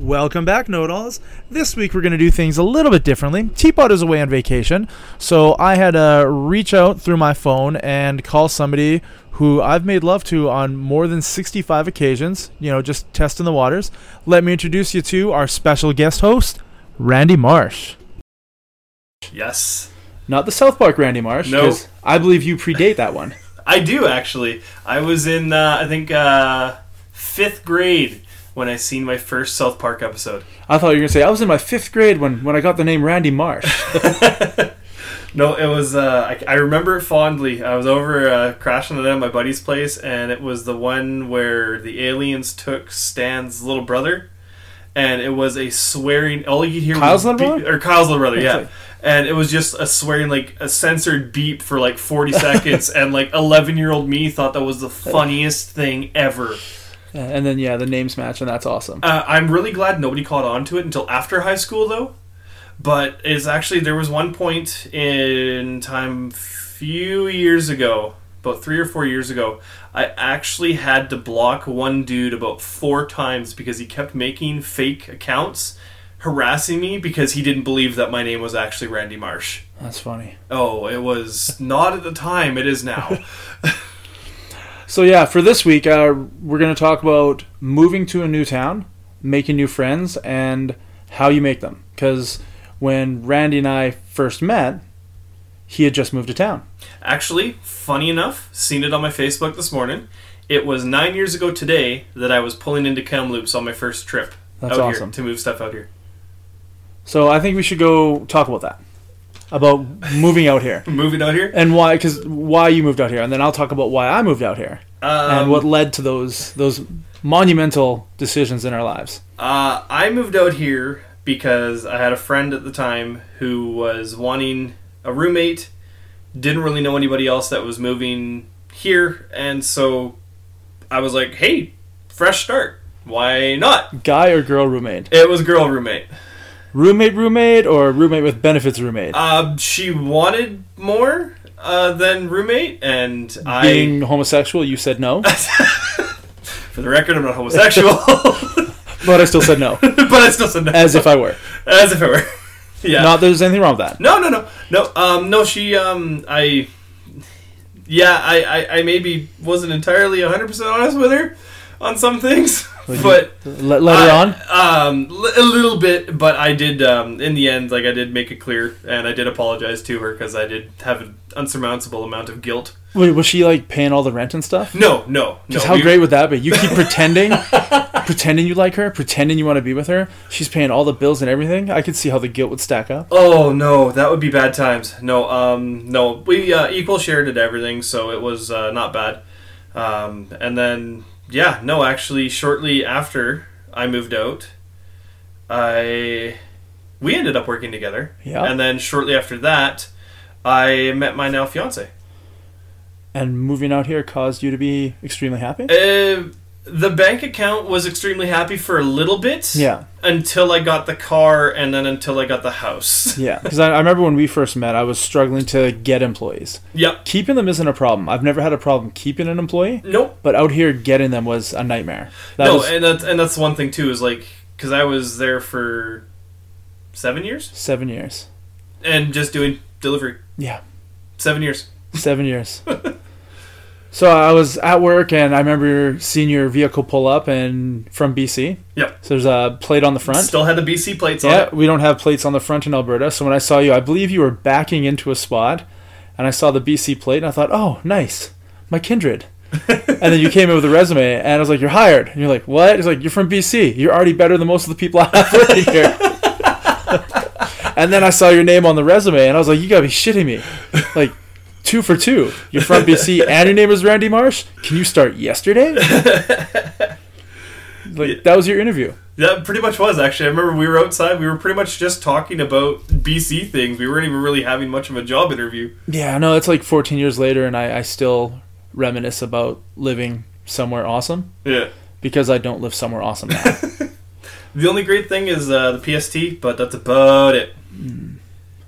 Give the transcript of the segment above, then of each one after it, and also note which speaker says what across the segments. Speaker 1: Welcome back, Nodals. This week we're going to do things a little bit differently. Teapot is away on vacation, so I had to reach out through my phone and call somebody who I've made love to on more than 65 occasions, you know, just testing the waters. Let me introduce you to our special guest host, Randy Marsh.
Speaker 2: Yes.
Speaker 1: Not the South Park Randy Marsh.
Speaker 2: No.
Speaker 1: 'cause I believe you predate that one.
Speaker 2: I do actually. I was in uh, I think uh, fifth grade when I seen my first South Park episode.
Speaker 1: I thought you were going to say, I was in my fifth grade when, when I got the name Randy Marsh.
Speaker 2: No, it was uh, I, I remember it fondly. I was over uh, crashing it at my buddy's place, and it was the one where the aliens took Stan's little brother, and it was a swearing. All you could hear
Speaker 1: Kyle's
Speaker 2: was
Speaker 1: little
Speaker 2: beep- or Kyle's little brother, yeah.
Speaker 1: like-
Speaker 2: and it was just a swearing, like a censored beep for like forty seconds, and like eleven-year-old me thought that was the funniest thing ever.
Speaker 1: and then, yeah, the names match, and that's awesome.
Speaker 2: Uh, I'm really glad nobody caught on to it until after high school, though. But it's actually there was one point in time few years ago, about three or four years ago, I actually had to block one dude about four times because he kept making fake accounts, harassing me because he didn't believe that my name was actually Randy Marsh.
Speaker 1: That's funny.
Speaker 2: Oh, it was not at the time. It is now.
Speaker 1: So yeah, for this week, uh, we're going to talk about moving to a new town, making new friends, and how you make them. Because when Randy and I first met, he had just moved to town.
Speaker 2: Actually, funny enough, seen it on my Facebook this morning. It was nine years ago today that I was pulling into Kamloops on my first trip
Speaker 1: That's
Speaker 2: out
Speaker 1: awesome.
Speaker 2: Oh, here to move stuff out here.
Speaker 1: So I think we should go talk about that, about moving out here
Speaker 2: Moving out here,
Speaker 1: and why. Because why you moved out here, and then I'll talk about why I moved out here
Speaker 2: um,
Speaker 1: and what led to those those monumental decisions in our lives.
Speaker 2: Uh, I moved out here because I had a friend at the time who was wanting a roommate, didn't really know anybody else that was moving here, and so I was like, "Hey, fresh start. Why not?"
Speaker 1: Guy or girl roommate,
Speaker 2: It was girl roommate.
Speaker 1: roommate roommate, or roommate with benefits roommate.
Speaker 2: Um, she wanted more uh, than roommate, and I,
Speaker 1: Being homosexual, you said no.
Speaker 2: for the record, I'm not homosexual, but
Speaker 1: but I still said no,
Speaker 2: I still said no.
Speaker 1: as if I were.
Speaker 2: as if it were. yeah.
Speaker 1: Not that there's anything wrong with that.
Speaker 2: No, no, no, no. Um, no. She, um, I, yeah, I, I, I maybe wasn't entirely 100 percent honest with her on some things, but
Speaker 1: Let, later on,
Speaker 2: I- um, li- a little bit, but I did. Um, in the end, like I did make it clear, and I did apologize to her because I did have an unsurmountable amount of guilt.
Speaker 1: wait, was she like paying all the rent and stuff?
Speaker 2: No, no, no.
Speaker 1: Because how
Speaker 2: we-
Speaker 1: great would that be? You keep pretending, pretending you like her, pretending you want to be with her. She's paying all the bills and everything. I could see how the guilt would stack up.
Speaker 2: Oh no, that would be bad times. No, um, no, we uh, equal shared at everything, so it was uh, not bad. Um, and then yeah, no, actually, shortly after I moved out, I we ended up working together.
Speaker 1: Yeah.
Speaker 2: And then shortly after that, I met my now fiance.
Speaker 1: And moving out here caused you to be extremely happy.
Speaker 2: Uh, the bank account was extremely happy for a little bit.
Speaker 1: Yeah,
Speaker 2: Until I got the car, and then until I got the house.
Speaker 1: yeah. Because I, I remember when we first met, I was struggling to get employees.
Speaker 2: yep.
Speaker 1: Keeping them isn't a problem. I've never had a problem keeping an employee,
Speaker 2: Nope.
Speaker 1: but out here getting them was a nightmare. That
Speaker 2: no,
Speaker 1: was
Speaker 2: and that's and that's one thing too is like because I was there for seven years
Speaker 1: seven years.
Speaker 2: and just doing delivery.
Speaker 1: Yeah.
Speaker 2: seven years.
Speaker 1: Seven years. so I was at work and I remember seeing your vehicle pull up and from BC.
Speaker 2: Yep.
Speaker 1: So there's a plate on the front.
Speaker 2: Still had the BC plates on
Speaker 1: Yeah,
Speaker 2: it.
Speaker 1: we don't have plates on the front in Alberta. So when I saw you, I believe you were backing into a spot and I saw the BC plate and I thought, oh, nice. My kindred. and then you came in with a resume and I was like, you're hired. And you're like, what? It's like, you're from BC. You're already better than most of the people I have working here. and then I saw your name on the resume and I was like, you gotta be shitting me. Like, two for two. You're from BC and your name is Randy Marsh? Can you start yesterday? like, that was your interview.
Speaker 2: That pretty much was actually. I remember we were outside. We were pretty much just talking about BC things. We weren't even really having much of a job interview.
Speaker 1: Yeah, no, it's like 14 years later, and I, I still reminisce about living somewhere awesome
Speaker 2: Yeah.
Speaker 1: because I don't live somewhere awesome now.
Speaker 2: The only great thing is uh, the PST, but that's about it.
Speaker 1: Hmm.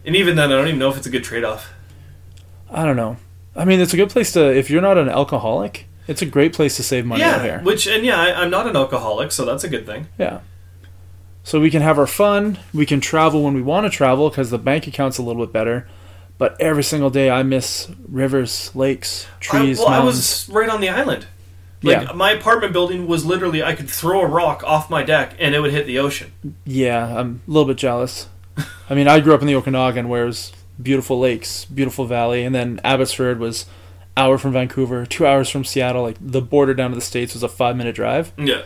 Speaker 2: And even then, I don't even know if it's a good trade-off.
Speaker 1: I don't know. I mean, it's a good place to, if you're not an alcoholic, it's a great place to save money out
Speaker 2: yeah,
Speaker 1: here.
Speaker 2: which and yeah, I, I'm not an alcoholic, so that's a good thing.
Speaker 1: Yeah. So we can have our fun. We can travel when we want to travel because the bank account's a little bit better. But every single day, I miss rivers, lakes, trees,
Speaker 2: I, well, I
Speaker 1: mountains.
Speaker 2: was right on the island. Like
Speaker 1: Yeah.
Speaker 2: my apartment building was literally I could throw a rock off my deck and it would hit the ocean.
Speaker 1: Yeah, I'm a little bit jealous. I mean, I grew up in the Okanagan, where it was beautiful lakes, beautiful valley, and then Abbotsford was hour from Vancouver, two hours from Seattle. Like the border down to the states was a five minute drive.
Speaker 2: Yeah.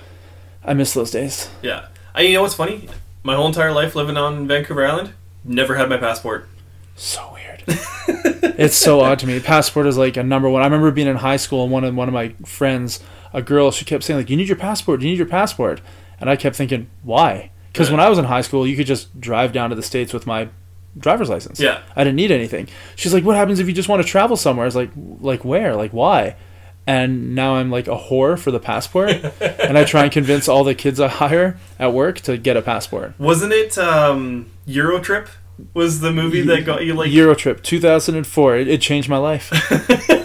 Speaker 1: I miss those days.
Speaker 2: Yeah. I, you know what's funny? My whole entire life living on Vancouver Island, never had my passport.
Speaker 1: So weird. it's so odd to me. Passport is like a number one. I remember being in high school and one of one of my friends, a girl, she kept saying like, "You need your passport. You need your passport," and I kept thinking, why? Because when I was in high school, you could just drive down to the states with my driver's license.
Speaker 2: Yeah.
Speaker 1: I didn't need anything. She's like, "What happens if you just want to travel somewhere?" I was like, "Like where? Like why?" And now I'm like a whore for the passport, and I try and convince all the kids I hire at work to get a passport.
Speaker 2: Wasn't it um, Eurotrip? Was the movie that got you like?
Speaker 1: Eurotrip 2004. It, it changed my life.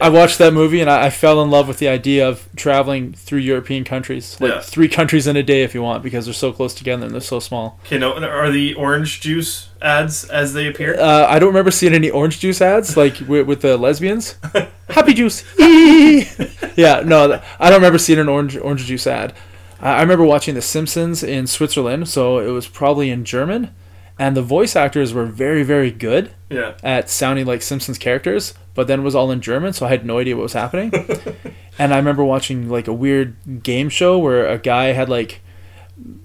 Speaker 1: I watched that movie and I, I fell in love with the idea of traveling through European countries, like
Speaker 2: Yeah.
Speaker 1: three countries in a day if you want, because they're so close together and they're so small.
Speaker 2: Okay, no, are the orange juice ads as they appear?
Speaker 1: Uh, I don't remember seeing any orange juice ads like with, with the lesbians. Happy juice. Eee! yeah, no, th- I don't remember seeing an orange orange juice ad. I, I remember watching The Simpsons in Switzerland, so it was probably in German, and the voice actors were very very good.
Speaker 2: Yeah.
Speaker 1: at sounding like Simpsons characters, but then it was all in German, so I had no idea what was happening. and I remember watching like a weird game show where a guy had like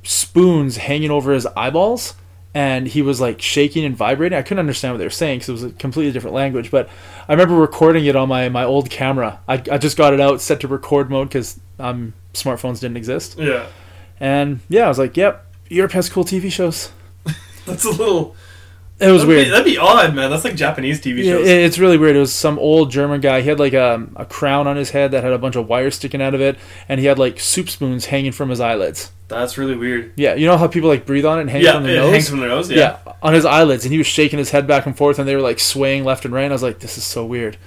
Speaker 1: spoons hanging over his eyeballs and he was like shaking and vibrating. I couldn't understand what they were saying because it was a completely different language, but I remember recording it on my, my old camera. I, I just got it out, set to record mode because um, smartphones didn't exist.
Speaker 2: Yeah.
Speaker 1: And yeah, I was like, yep, Europe has cool TV shows.
Speaker 2: That's a little.
Speaker 1: It was
Speaker 2: that'd
Speaker 1: weird.
Speaker 2: Be, that'd be odd, man. That's like Japanese TV
Speaker 1: Yeah,
Speaker 2: shows.
Speaker 1: it- it's really weird. It was some old German guy. He had like a, a crown on his head that had a bunch of wires sticking out of it, and he had like soup spoons hanging from his eyelids.
Speaker 2: That's really weird.
Speaker 1: Yeah, you know how people like breathe on it and hang it
Speaker 2: Yeah,
Speaker 1: from
Speaker 2: it
Speaker 1: their nose.
Speaker 2: hangs from their nose. Yeah.
Speaker 1: yeah. on his eyelids, and he was shaking his head back and forth, and they were like swaying left and right. And I was like, this is so weird.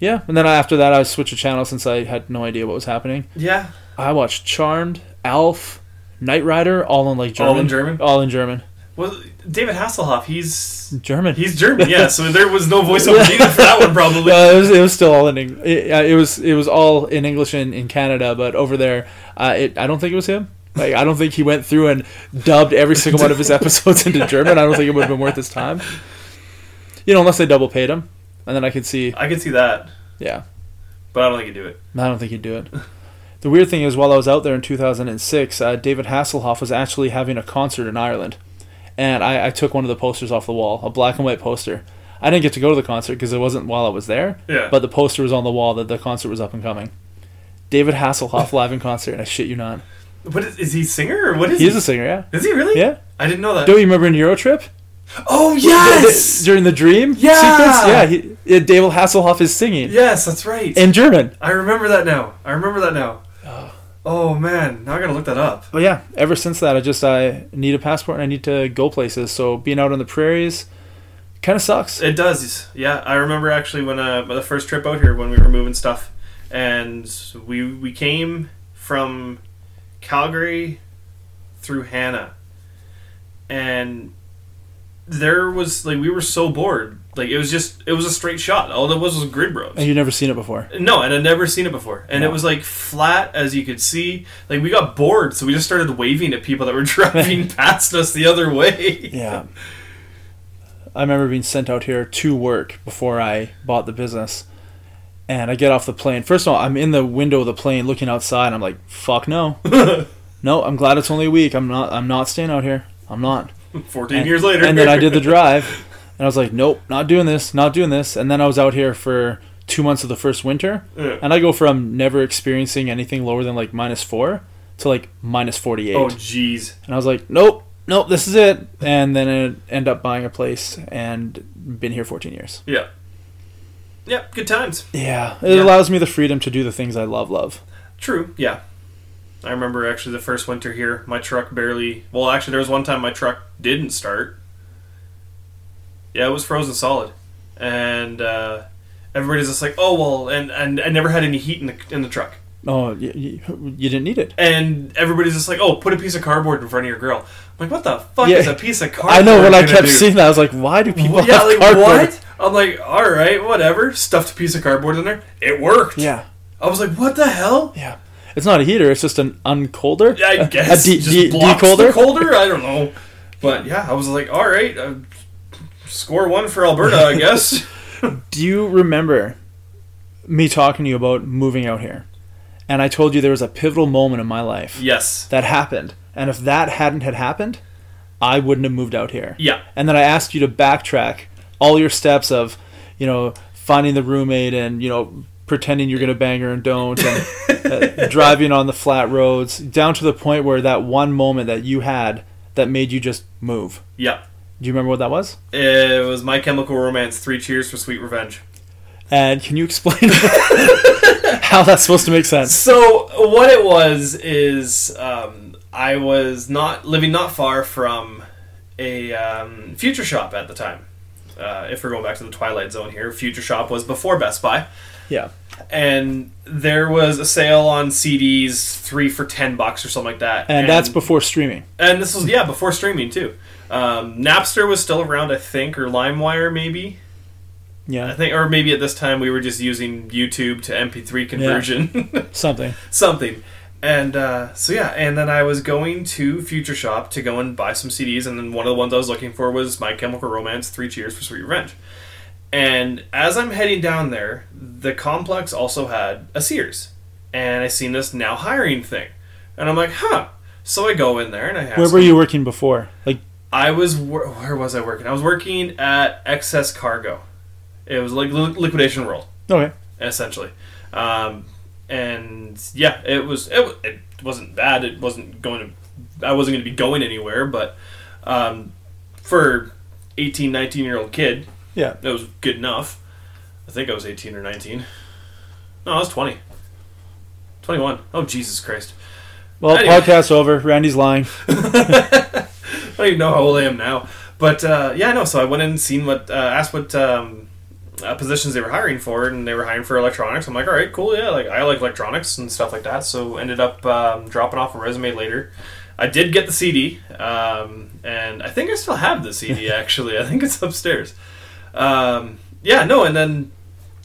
Speaker 1: Yeah, and then after that, I switched a channel since I had no idea what was happening.
Speaker 2: Yeah.
Speaker 1: I watched Charmed, Alf, Knight Rider, all in like German.
Speaker 2: All in German?
Speaker 1: All in German.
Speaker 2: Well, David Hasselhoff, he's
Speaker 1: German.
Speaker 2: he's German. Yeah. So there was no voiceover needed for that one, probably.
Speaker 1: No, it was, it was still all in Eng- it, uh, it was it was all in English in, in Canada, but over there, uh, it, I don't think it was him. Like I don't think he went through and dubbed every single one of his episodes into German. I don't think it would have been worth his time. You know, unless they double paid him, and then I could see.
Speaker 2: I could see that,
Speaker 1: Yeah,
Speaker 2: but I don't think he'd do it.
Speaker 1: I don't think he'd do it. The weird thing is, while I was out there in 2006, uh, David Hasselhoff was actually having a concert in Ireland, and I, I took one of the posters off the wall, a black and white poster. I didn't get to go to the concert because it wasn't while I was there,
Speaker 2: Yeah.
Speaker 1: but the poster was on the wall that the concert was up and coming. David Hasselhoff live in concert, and I shit you not.
Speaker 2: What is, is he a singer or what is
Speaker 1: He
Speaker 2: he?
Speaker 1: is a singer, yeah.
Speaker 2: Is he really?
Speaker 1: Yeah.
Speaker 2: I didn't know that.
Speaker 1: Don't you remember in Eurotrip?
Speaker 2: oh
Speaker 1: Th-
Speaker 2: yes,
Speaker 1: During the dream
Speaker 2: Yeah!
Speaker 1: sequence? Yeah. He, yeah, David Hasselhoff is singing
Speaker 2: yes, that's right.
Speaker 1: in German.
Speaker 2: I remember that now. I remember that now. Oh man, now I gotta look that up.
Speaker 1: But yeah, ever since that, I just I need a passport and I need to go places. So being out on the prairies kind of sucks.
Speaker 2: It does. Yeah, I remember actually when uh, the first trip out here when we were moving stuff, and we we came from Calgary through Hannah, and there was like we were so bored. Like it was just it was a straight shot. All there was was grid roads.
Speaker 1: And you've never seen it before.
Speaker 2: No, and I'd never seen it before. And it
Speaker 1: No.
Speaker 2: was like flat as you could see. Like we got bored, so we just started waving at people that were driving past us the other way.
Speaker 1: Yeah. I remember being sent out here to work before I bought the business. And I get off the plane. First of all, I'm in the window of the plane looking outside. And I'm like, fuck no. no, I'm glad it's only a week. I'm not I'm not staying out here. I'm not.
Speaker 2: 14
Speaker 1: And-
Speaker 2: years later.
Speaker 1: And then I did the drive, and I was like, nope, not doing this, not doing this. And then I was out here for two months of the first winter,
Speaker 2: Yeah.
Speaker 1: and I go from never experiencing anything lower than like minus four to like minus 48.
Speaker 2: Oh, jeez.
Speaker 1: And I was like, nope, nope, this is it. And then I end up buying a place and been here 14 years.
Speaker 2: Yeah. Yep, good times.
Speaker 1: Yeah, it
Speaker 2: Yeah.
Speaker 1: allows me the freedom to do the things I love, love.
Speaker 2: True, yeah. I remember actually the first winter here, my truck barely. Well, actually, there was one time my truck didn't start. Yeah, it was frozen solid. And uh, everybody's just like, oh, well, and, and I never had any heat in the, in the truck.
Speaker 1: oh, you, you didn't need it.
Speaker 2: and everybody's just like, "Oh, put a piece of cardboard in front of your grill." I'm like, "What the fuck
Speaker 1: Yeah.
Speaker 2: is a piece of
Speaker 1: I
Speaker 2: cardboard?"
Speaker 1: know when I
Speaker 2: gonna
Speaker 1: kept
Speaker 2: do?
Speaker 1: seeing that, I was like, why do people
Speaker 2: yeah,
Speaker 1: have
Speaker 2: like
Speaker 1: cardboard?
Speaker 2: what? I'm like, "All right, whatever." Stuffed a piece of cardboard in there. It worked.
Speaker 1: Yeah,
Speaker 2: I was like, "What the hell?"
Speaker 1: yeah. It's not a heater; it's just an uncolder.
Speaker 2: I
Speaker 1: A-
Speaker 2: guess
Speaker 1: a de-
Speaker 2: just
Speaker 1: de-
Speaker 2: blocks
Speaker 1: decolder.
Speaker 2: the colder. I don't know, but yeah, I was like, "All right, uh, score one for Alberta, I guess."
Speaker 1: Do you remember me talking to you about moving out here? And I told you there was a pivotal moment in my life
Speaker 2: yes.
Speaker 1: that happened, and if that hadn't had happened, I wouldn't have moved out here.
Speaker 2: Yeah.
Speaker 1: and then I asked you to backtrack all your steps of, you know, finding the roommate and you know pretending you're gonna bang her and don't, and uh, driving on the flat roads, down to the point where that one moment that you had that made you just move.
Speaker 2: Yeah.
Speaker 1: Do you remember what that was?
Speaker 2: It was My Chemical Romance. Three cheers for sweet revenge.
Speaker 1: And can you explain how that's supposed to make sense?
Speaker 2: So what it was is um, I was not living not far from a um, Future Shop at the time. Uh, if we're going back to the Twilight Zone here, Future Shop was before Best Buy,
Speaker 1: Yeah,
Speaker 2: and there was a sale on CDs three for ten bucks or something like that.
Speaker 1: and that's before streaming.
Speaker 2: and this was yeah before streaming too. Um, Napster was still around, I think, or LimeWire maybe. I
Speaker 1: Yeah,
Speaker 2: think, or maybe at this time we were just using YouTube to MP3 conversion.
Speaker 1: something.
Speaker 2: something. And uh, so yeah, and then I was going to Future Shop to go and buy some CDs, and then one of the ones I was looking for was My Chemical Romance: Three Cheers for Sweet Revenge. And as I'm heading down there, the complex also had a Sears, and I seen this now hiring thing, and I'm like, huh. So I go in there and I ask.
Speaker 1: Where were you working before? Like,
Speaker 2: I was wor- where was I working? I was working at Excess Cargo. It was like li- liquidation world
Speaker 1: okay,
Speaker 2: essentially. Um, and yeah, it was it, wa- it wasn't bad. It wasn't going to I wasn't going to be going anywhere, but um, for 18, 19 year old kid,
Speaker 1: yeah,
Speaker 2: that was good enough. I think I was 18 or 19. No, I was 20. 21. Oh Jesus Christ.
Speaker 1: Well,
Speaker 2: Anyway.
Speaker 1: podcast over. Randy's lying.
Speaker 2: I don't even know how old I am now. But uh, yeah, no. So I went in and seen what uh, asked what um, uh, positions they were hiring for, and they were hiring for electronics. I'm like, all right, cool, yeah. Like I like electronics and stuff like that. So ended up um, dropping off a resume later. I did get the CD, um, and I think I still have the CD actually. I think it's upstairs. Um, yeah, no, and then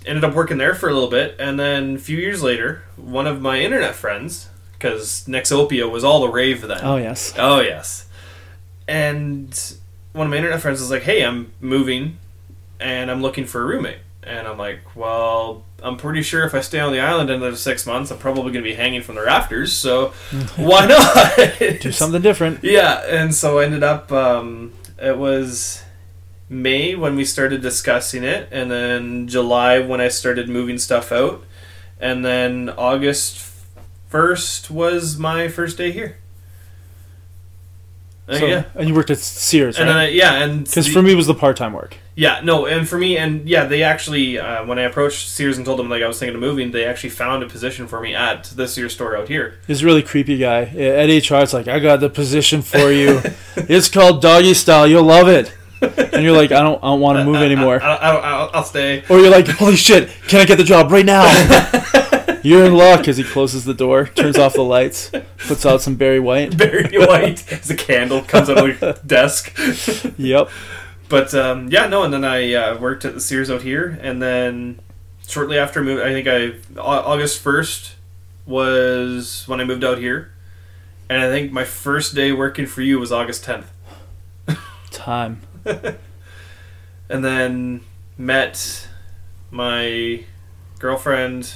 Speaker 2: ended up working there for a little bit, and then a few years later, one of my internet friends, because Nexopia was all the rave then.
Speaker 1: Oh yes.
Speaker 2: Oh yes. And one of my internet friends was like, "Hey, I'm moving, and I'm looking for a roommate." And I'm like, "Well, I'm pretty sure if I stay on the island another six months, I'm probably going to be hanging from the rafters. So why not
Speaker 1: Do something different.
Speaker 2: Yeah, and so I ended up. Um, it was May when we started discussing it, and then July when I started moving stuff out, and then August first was my first day here. Uh,
Speaker 1: So-
Speaker 2: yeah,
Speaker 1: And you worked at Sears,
Speaker 2: and then
Speaker 1: right?
Speaker 2: I, yeah, and
Speaker 1: Because
Speaker 2: the-
Speaker 1: for me, it was the part-time work.
Speaker 2: yeah, no, and for me, and yeah, they actually uh, when I approached Sears and told them like I was thinking of moving, they actually found a position for me at this Sears store out here.
Speaker 1: He's a really creepy guy. At HR, it's like, I got the position for you. it's called doggy style. You'll love it. And you're like, I don't, I don't want to move anymore.
Speaker 2: I, I, I'll, I'll stay.
Speaker 1: Or you're like, holy shit, can I get the job right now? you're in luck as he closes the door, turns off the lights, puts out some Barry White.
Speaker 2: Barry White as a candle comes out of the desk.
Speaker 1: Yep.
Speaker 2: But um, yeah, no, and then I uh, worked at the Sears out here, and then shortly after move, I think I Au- August first was when I moved out here, and I think my first day working for you was August tenth,
Speaker 1: Time.
Speaker 2: and then met my girlfriend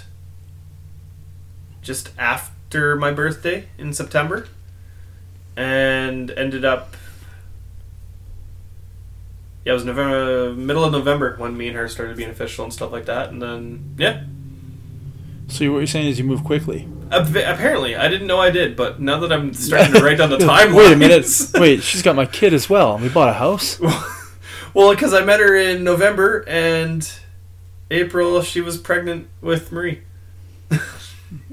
Speaker 2: just after my birthday in September, and ended up. Yeah, it was November, middle of November when me and her started being official and stuff like that, and then yeah.
Speaker 1: So you- what you're saying is you move quickly.
Speaker 2: Ap- Apparently, I didn't know I did, but now that I'm starting to write down the timeline,
Speaker 1: Wait a minute. Wait, she's got my kid as well. We bought a house.
Speaker 2: well, because I met her in November and April, she was pregnant with Marie.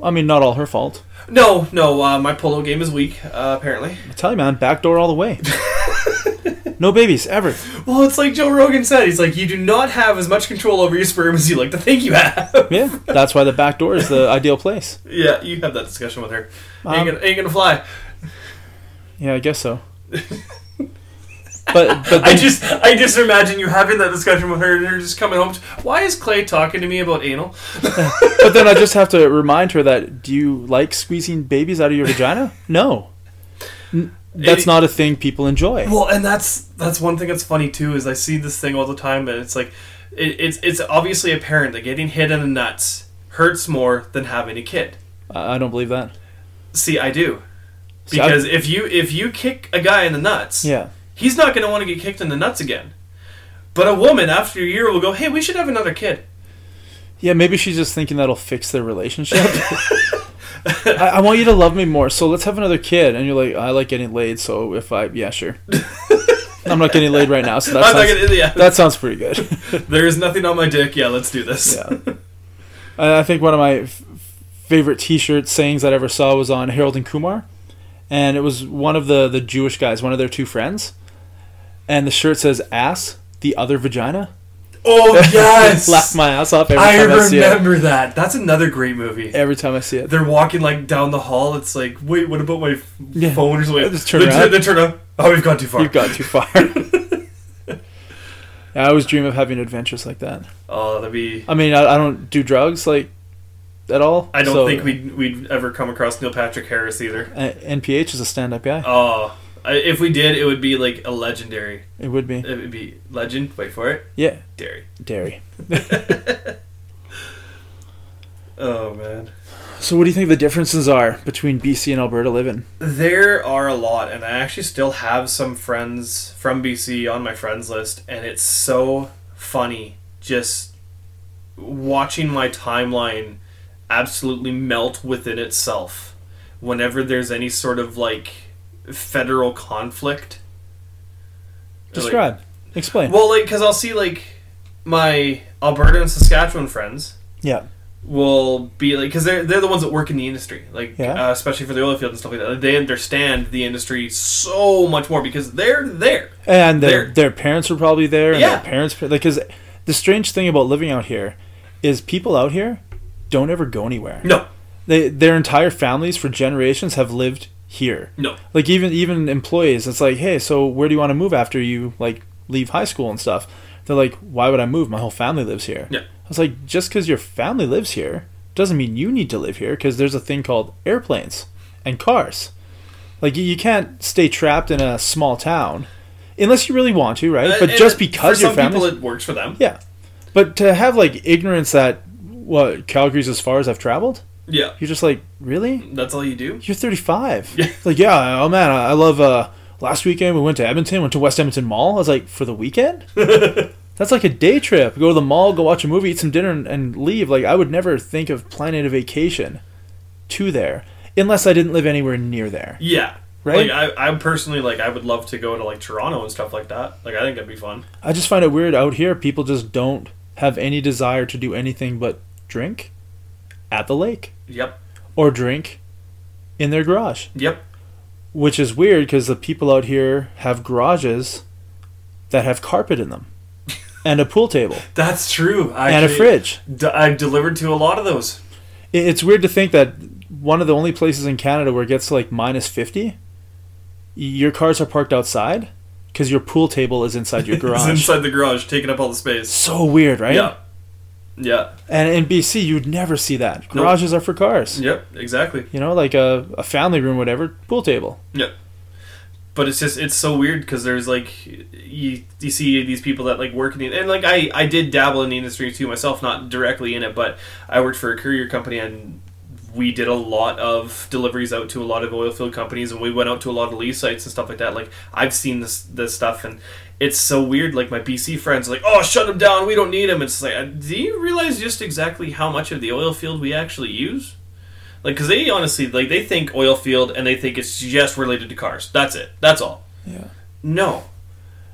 Speaker 1: I mean, not all her fault.
Speaker 2: No, no, uh, my polo game is weak, uh, apparently.
Speaker 1: I tell you, man, backdoor all the way. No babies ever.
Speaker 2: Well, it's like Joe Rogan said. He's like, you do not have as much control over your sperm as you like to think you have.
Speaker 1: Yeah, that's why the back door is the ideal place.
Speaker 2: yeah, you have that discussion with her.
Speaker 1: Um,
Speaker 2: ain't, gonna, ain't gonna fly.
Speaker 1: Yeah, I guess so. But but
Speaker 2: I
Speaker 1: then-
Speaker 2: just, I just imagine you having that discussion with her, and her just coming home. To, Why is Clay talking to me about anal?
Speaker 1: but then I just have to remind her that do you like squeezing babies out of your vagina? No. N- That's
Speaker 2: It-
Speaker 1: not a thing people enjoy.
Speaker 2: Well, and that's that's one thing that's funny too is I see this thing all the time, and it's like, it, it's it's obviously apparent that getting hit in the nuts hurts more than having a kid.
Speaker 1: I I don't believe that.
Speaker 2: See, I do.
Speaker 1: See, I-
Speaker 2: Because if you if you kick a guy in the nuts,
Speaker 1: Yeah.
Speaker 2: he's not going to want to get kicked in the nuts again. But a woman after a year will go, "Hey, we should have another kid."
Speaker 1: Yeah, maybe she's just thinking that'll fix their relationship. I, I want you to love me more, so let's have another kid. And you're like, I like getting laid, so if I, yeah, sure. I'm not getting laid right now, so that
Speaker 2: I'm not
Speaker 1: sounds,
Speaker 2: gonna, yeah,
Speaker 1: that sounds pretty good.
Speaker 2: there is nothing on my dick. Yeah, let's do this.
Speaker 1: yeah. I I think one of my f- favorite T-shirt sayings that I ever saw was on Harold and Kumar, and it was one of the the Jewish guys, one of their two friends, and the shirt says "ass," the other vagina.
Speaker 2: Oh yes,
Speaker 1: laugh my ass off every
Speaker 2: I
Speaker 1: time I see it.
Speaker 2: remember that. That's another great movie.
Speaker 1: Every time I see it,
Speaker 2: They're walking like down the hall. It's like, wait, what about my f-
Speaker 1: Yeah.
Speaker 2: phone or something?
Speaker 1: Just turn
Speaker 2: they,
Speaker 1: around.
Speaker 2: They turn around. Oh, we've gone too far.
Speaker 1: you've gone too far. I always dream of having adventures like that.
Speaker 2: oh, that'd be.
Speaker 1: I mean, I, I don't do drugs like at all.
Speaker 2: I don't
Speaker 1: so-
Speaker 2: think we'd we'd ever come across Neil Patrick Harris either.
Speaker 1: Uh, NPH is a stand-up guy.
Speaker 2: Oh, I, if we did, it would be like a legendary.
Speaker 1: It would be.
Speaker 2: It would be legend. Wait for it.
Speaker 1: Yeah,
Speaker 2: Dairy.
Speaker 1: dairy.
Speaker 2: Oh man.
Speaker 1: So, what do you think the differences are between BC and Alberta living?
Speaker 2: There are a lot, and I actually still have some friends from BC on my friends list, and it's so funny just watching my timeline absolutely melt within itself whenever there's any sort of like federal conflict. Like-
Speaker 1: Describe. Explain.
Speaker 2: well, like, because I'll see like my Alberta and Saskatchewan friends,
Speaker 1: yeah.
Speaker 2: will be like because they're they're the ones that work in the industry, like
Speaker 1: Yeah.
Speaker 2: uh, especially for the oil field and stuff like that. Like, They understand the industry so much more because they're there.
Speaker 1: And their,
Speaker 2: They're-
Speaker 1: their parents were probably there. And
Speaker 2: Yeah.
Speaker 1: Their parents, because the strange thing about living out here is people out here don't ever go anywhere.
Speaker 2: No,
Speaker 1: They, their entire families for generations have lived here.
Speaker 2: no,
Speaker 1: Like even even employees, it's like, hey, so where do you want to move after you like leave high school and stuff? They're like, why would I move? My whole family lives here.
Speaker 2: Yeah.
Speaker 1: I was like, just because your family lives here doesn't mean you need to live here because there's a thing called airplanes and cars. Like you, you can't stay trapped in a small town unless you really want to, right?
Speaker 2: Uh,
Speaker 1: but
Speaker 2: and
Speaker 1: just because
Speaker 2: for
Speaker 1: your
Speaker 2: some people
Speaker 1: family,
Speaker 2: it works for them.
Speaker 1: yeah. But to have like ignorance that what Calgary's as far as I've traveled,
Speaker 2: Yeah,
Speaker 1: you're just like, really?
Speaker 2: that's all you do.
Speaker 1: You're 35.
Speaker 2: Yeah.
Speaker 1: Like, yeah, oh man, I I love. Uh, last weekend we went to Edmonton, went to West Edmonton Mall. I was like, for the weekend? That's like a day trip. Go to the mall, go watch a movie, eat some dinner, and, and leave. Like, I would never think of planning a vacation to there unless I didn't live anywhere near there.
Speaker 2: Oh, Yeah.
Speaker 1: Right?
Speaker 2: Like I, I personally like I would love to go to like Toronto and stuff like that. Like I think that'd be fun.
Speaker 1: I just find it weird out here. People just don't have any desire to do anything but drink at the lake
Speaker 2: Yep.
Speaker 1: or drink in their garage.
Speaker 2: Yep.
Speaker 1: which is weird because the people out here have garages that have carpet in them and a pool table
Speaker 2: That's true. I
Speaker 1: and a fridge
Speaker 2: D- I've delivered to a lot of those.
Speaker 1: I- it's weird to think that one of the only places in canada where it gets to like minus 50 y- your cars are parked outside because your pool table is inside your
Speaker 2: It's
Speaker 1: garage
Speaker 2: inside the garage, taking up all the space.
Speaker 1: so weird right
Speaker 2: Yeah. Yeah.
Speaker 1: and in bc you'd never see that garages are for cars
Speaker 2: Yep. Exactly.
Speaker 1: you know like a, a family room whatever pool table
Speaker 2: but it's just it's so weird because there's like you you see these people that like work in the and like I I did dabble in the industry too myself, not directly in it, but I worked for a courier company and we did a lot of deliveries out to a lot of oil field companies and we went out to a lot of lease sites and stuff like that. Like I've seen this this stuff and it's so weird. Like my BC friends are like, oh, shut them down, we don't need them. It's like, uh, do you realize just exactly how much of the oil field we actually use? Like, cause they honestly like they think oil field and they think it's just related to cars. That's it. That's all.
Speaker 1: yeah
Speaker 2: No.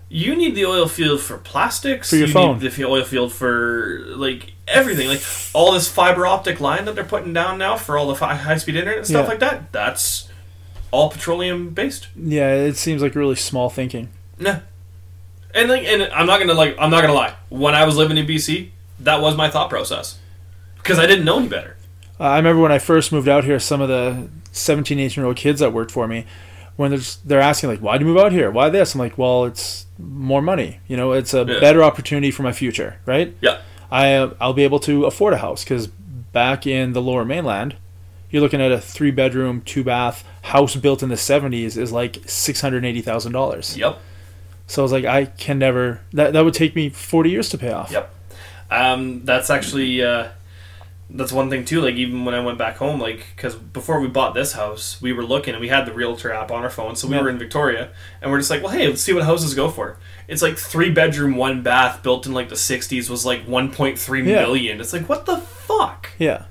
Speaker 2: You need the oil field for plastics.
Speaker 1: For your
Speaker 2: you
Speaker 1: phone.
Speaker 2: need the oil field for like everything, like all this fiber optic line that they're putting down now for all the fi- high speed internet and stuff
Speaker 1: Yeah.
Speaker 2: like that. That's all petroleum based.
Speaker 1: yeah it seems like really small thinking
Speaker 2: No, and like, and I'm not gonna like, I'm not gonna lie. When I was living in BC, that was my thought process because I didn't know any better.
Speaker 1: Uh, I remember when I first moved out here, some of the 17, 18 year old kids that worked for me, when they're, just- they're asking, like, why'd you move out here? Why this? I'm like, well, it's more money. You know, it's a
Speaker 2: Yeah.
Speaker 1: better opportunity for my future, right?
Speaker 2: Yeah,
Speaker 1: I, uh, I'll be able to afford a house because back in the lower mainland, you're looking at a three bedroom, two bath house built in the 70s is like $680,000.
Speaker 2: yep,
Speaker 1: So I was like, I can never, that, that would take me 40 years to pay off.
Speaker 2: yep. Um, that's actually uh, that's one thing too. Like even when I went back home, like because before we bought this house, we were looking and we had the realtor app on our phone, so we
Speaker 1: Yeah.
Speaker 2: were in Victoria, and we're just like, well, hey, let's see what houses go for. It's like three bedroom, one bath, built in like the '60s, was like 1.3
Speaker 1: Yeah.
Speaker 2: million. It's like what the fuck.
Speaker 1: Yeah.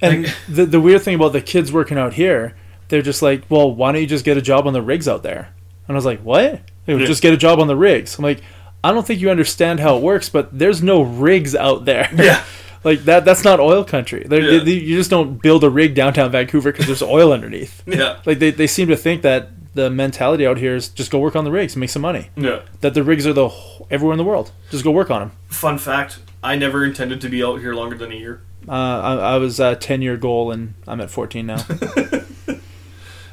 Speaker 1: And
Speaker 2: Like-
Speaker 1: the the weird thing about the kids working out here, they're just like, well, why don't you just get a job on the rigs out there? And I was like, what? They would
Speaker 2: Yeah.
Speaker 1: just get a job on the rigs. I'm like, I don't think you understand how it works, but there's no rigs out there.
Speaker 2: Yeah.
Speaker 1: like that. That's not oil country. They- they-
Speaker 2: Yeah.
Speaker 1: they- you just don't build a rig downtown Vancouver because there's oil underneath.
Speaker 2: Yeah,
Speaker 1: Like they, they seem to think that the mentality out here is just go work on the rigs, make some money.
Speaker 2: yeah.
Speaker 1: That the rigs are the wh- everywhere in the world. Just go work on them.
Speaker 2: Fun fact: I never intended to be out here longer than a year.
Speaker 1: Uh, I, I was uh, ten year goal and I'm at fourteen now.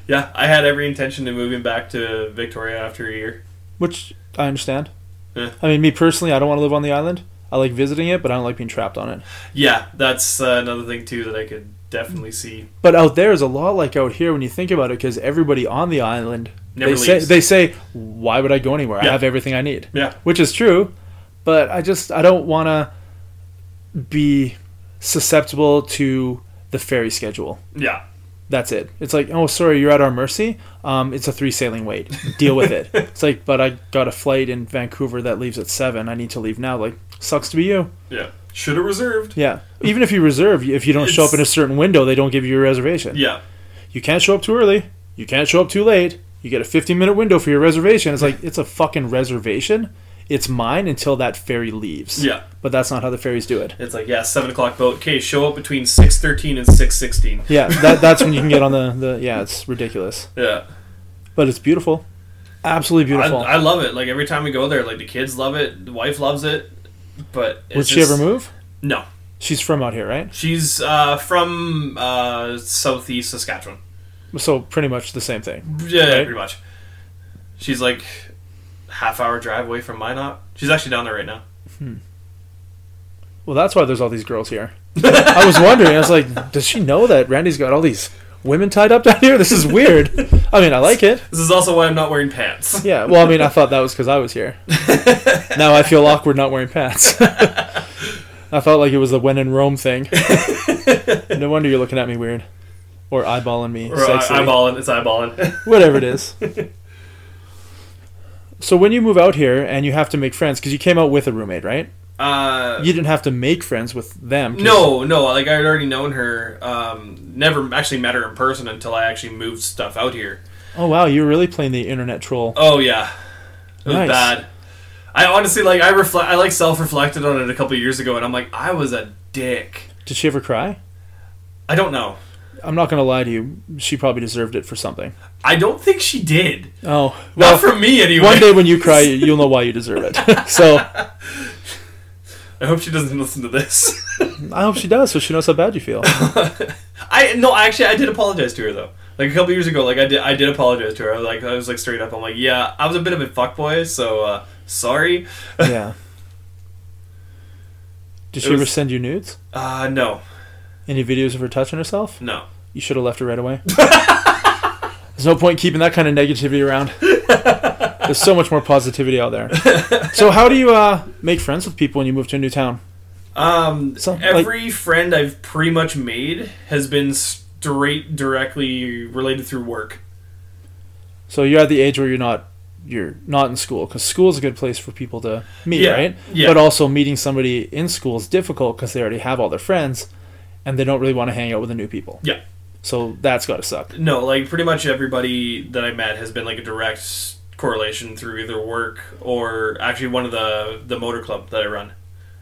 Speaker 2: Yeah, I had every intention of moving back to Victoria after a year.
Speaker 1: which I understand.
Speaker 2: Yeah.
Speaker 1: I mean, me personally, I don't want to live on the island. I like visiting it, but I don't like being trapped on it.
Speaker 2: Yeah, that's uh, another thing too that I could definitely see.
Speaker 1: But out there is a lot like out here when you think about it, because everybody on the island
Speaker 2: Never
Speaker 1: they say
Speaker 2: leaves.
Speaker 1: they say, "Why would I go anywhere? I
Speaker 2: Yeah.
Speaker 1: have everything I need,"
Speaker 2: Yeah,
Speaker 1: which is true. But I just I don't want to be susceptible to the ferry schedule.
Speaker 2: yeah,
Speaker 1: That's it. It's like, oh, sorry, you're at our mercy. Um, it's a three sailing wait. Deal with it. it's like, but I got a flight in Vancouver that leaves at seven. I need to leave now. Like, sucks to be you.
Speaker 2: yeah. Should have reserved.
Speaker 1: Yeah. Even if you reserve, if you don't show up in a certain window, they don't give you a reservation.
Speaker 2: Yeah,
Speaker 1: You can't show up too early. You can't show up too late. You get a 15 minute window for your reservation. It's like, it's a fucking reservation. It's mine until that ferry leaves.
Speaker 2: yeah.
Speaker 1: But that's not how the ferries do it.
Speaker 2: It's like yeah, seven o'clock boat. Okay, show up between six thirteen and six sixteen.
Speaker 1: Yeah, that, that's when you can get on the, the. Yeah, it's ridiculous.
Speaker 2: Yeah,
Speaker 1: But it's beautiful. Absolutely
Speaker 2: I,
Speaker 1: beautiful.
Speaker 2: I love it. Like every time we go there, like the kids love it, the wife loves it. But it's
Speaker 1: Would she
Speaker 2: just-
Speaker 1: ever move?
Speaker 2: No,
Speaker 1: She's from out here, right?
Speaker 2: she's uh, from uh, southeast Saskatchewan.
Speaker 1: So pretty much the same thing.
Speaker 2: Yeah,
Speaker 1: Right?
Speaker 2: pretty much. She's like half hour drive away from Minot. She's actually down there right now.
Speaker 1: Well, that's why there's all these girls here. I was wondering. I was like, does she know that Randy's got all these women tied up down here? This is weird. I mean, I like it.
Speaker 2: This is also why I'm not wearing pants.
Speaker 1: Yeah. Well, I mean, I thought that was because I was here. Now I feel awkward not wearing pants. I felt like it was the when in Rome thing. No wonder you're looking at me weird, or eyeballing me
Speaker 2: Or eye-
Speaker 1: sexy,
Speaker 2: eyeballing, it's eyeballing.
Speaker 1: whatever it is. So when you move out here and you have to make friends, because you came out with a roommate, right?
Speaker 2: Uh,
Speaker 1: you didn't have to make friends with them. 'cause-
Speaker 2: no, no. Like I had already known her. Um, never actually met her in person until I actually moved stuff out here.
Speaker 1: Oh wow, you're really playing the internet troll.
Speaker 2: Oh yeah, it was
Speaker 1: Nice.
Speaker 2: bad. I honestly like I reflect. I like self reflected on it a couple years ago, and I'm like, I was a dick.
Speaker 1: Did she ever cry?
Speaker 2: I don't know.
Speaker 1: I'm not gonna lie to you. She probably deserved it for something.
Speaker 2: I don't think she did.
Speaker 1: Oh
Speaker 2: Not from me anyway.
Speaker 1: one day when you cry, you'll know why you deserve it. so
Speaker 2: I hope she doesn't listen to this.
Speaker 1: I hope she does, so she knows how bad you feel.
Speaker 2: I no, actually, I did apologize to her though. Like a couple years ago, like I did, I did apologize to her. I was like, I was like straight up. I'm like, yeah, I was a bit of a fuckboy, so uh, sorry.
Speaker 1: Yeah. Did she
Speaker 2: It was-
Speaker 1: ever send you nudes?
Speaker 2: Uh, no,
Speaker 1: Any videos of her touching herself?
Speaker 2: no.
Speaker 1: You should have left her right away. There's no point keeping that kind of negativity around. There's so much more positivity out there. So how do you uh, make friends with people when you move to a new town?
Speaker 2: Um,
Speaker 1: So, like-
Speaker 2: every friend I've pretty much made has been straight directly related through work.
Speaker 1: So you're at the age where you're not you're not in school because school is a good place for people to meet,
Speaker 2: Yeah,
Speaker 1: right?
Speaker 2: yeah.
Speaker 1: But also meeting somebody in school is difficult because they already have all their friends, and they don't really want to hang out with the new people.
Speaker 2: Yeah.
Speaker 1: So that's got to suck.
Speaker 2: No, like pretty much everybody that I met has been like a direct correlation through either work or actually one of the the motor club that I run.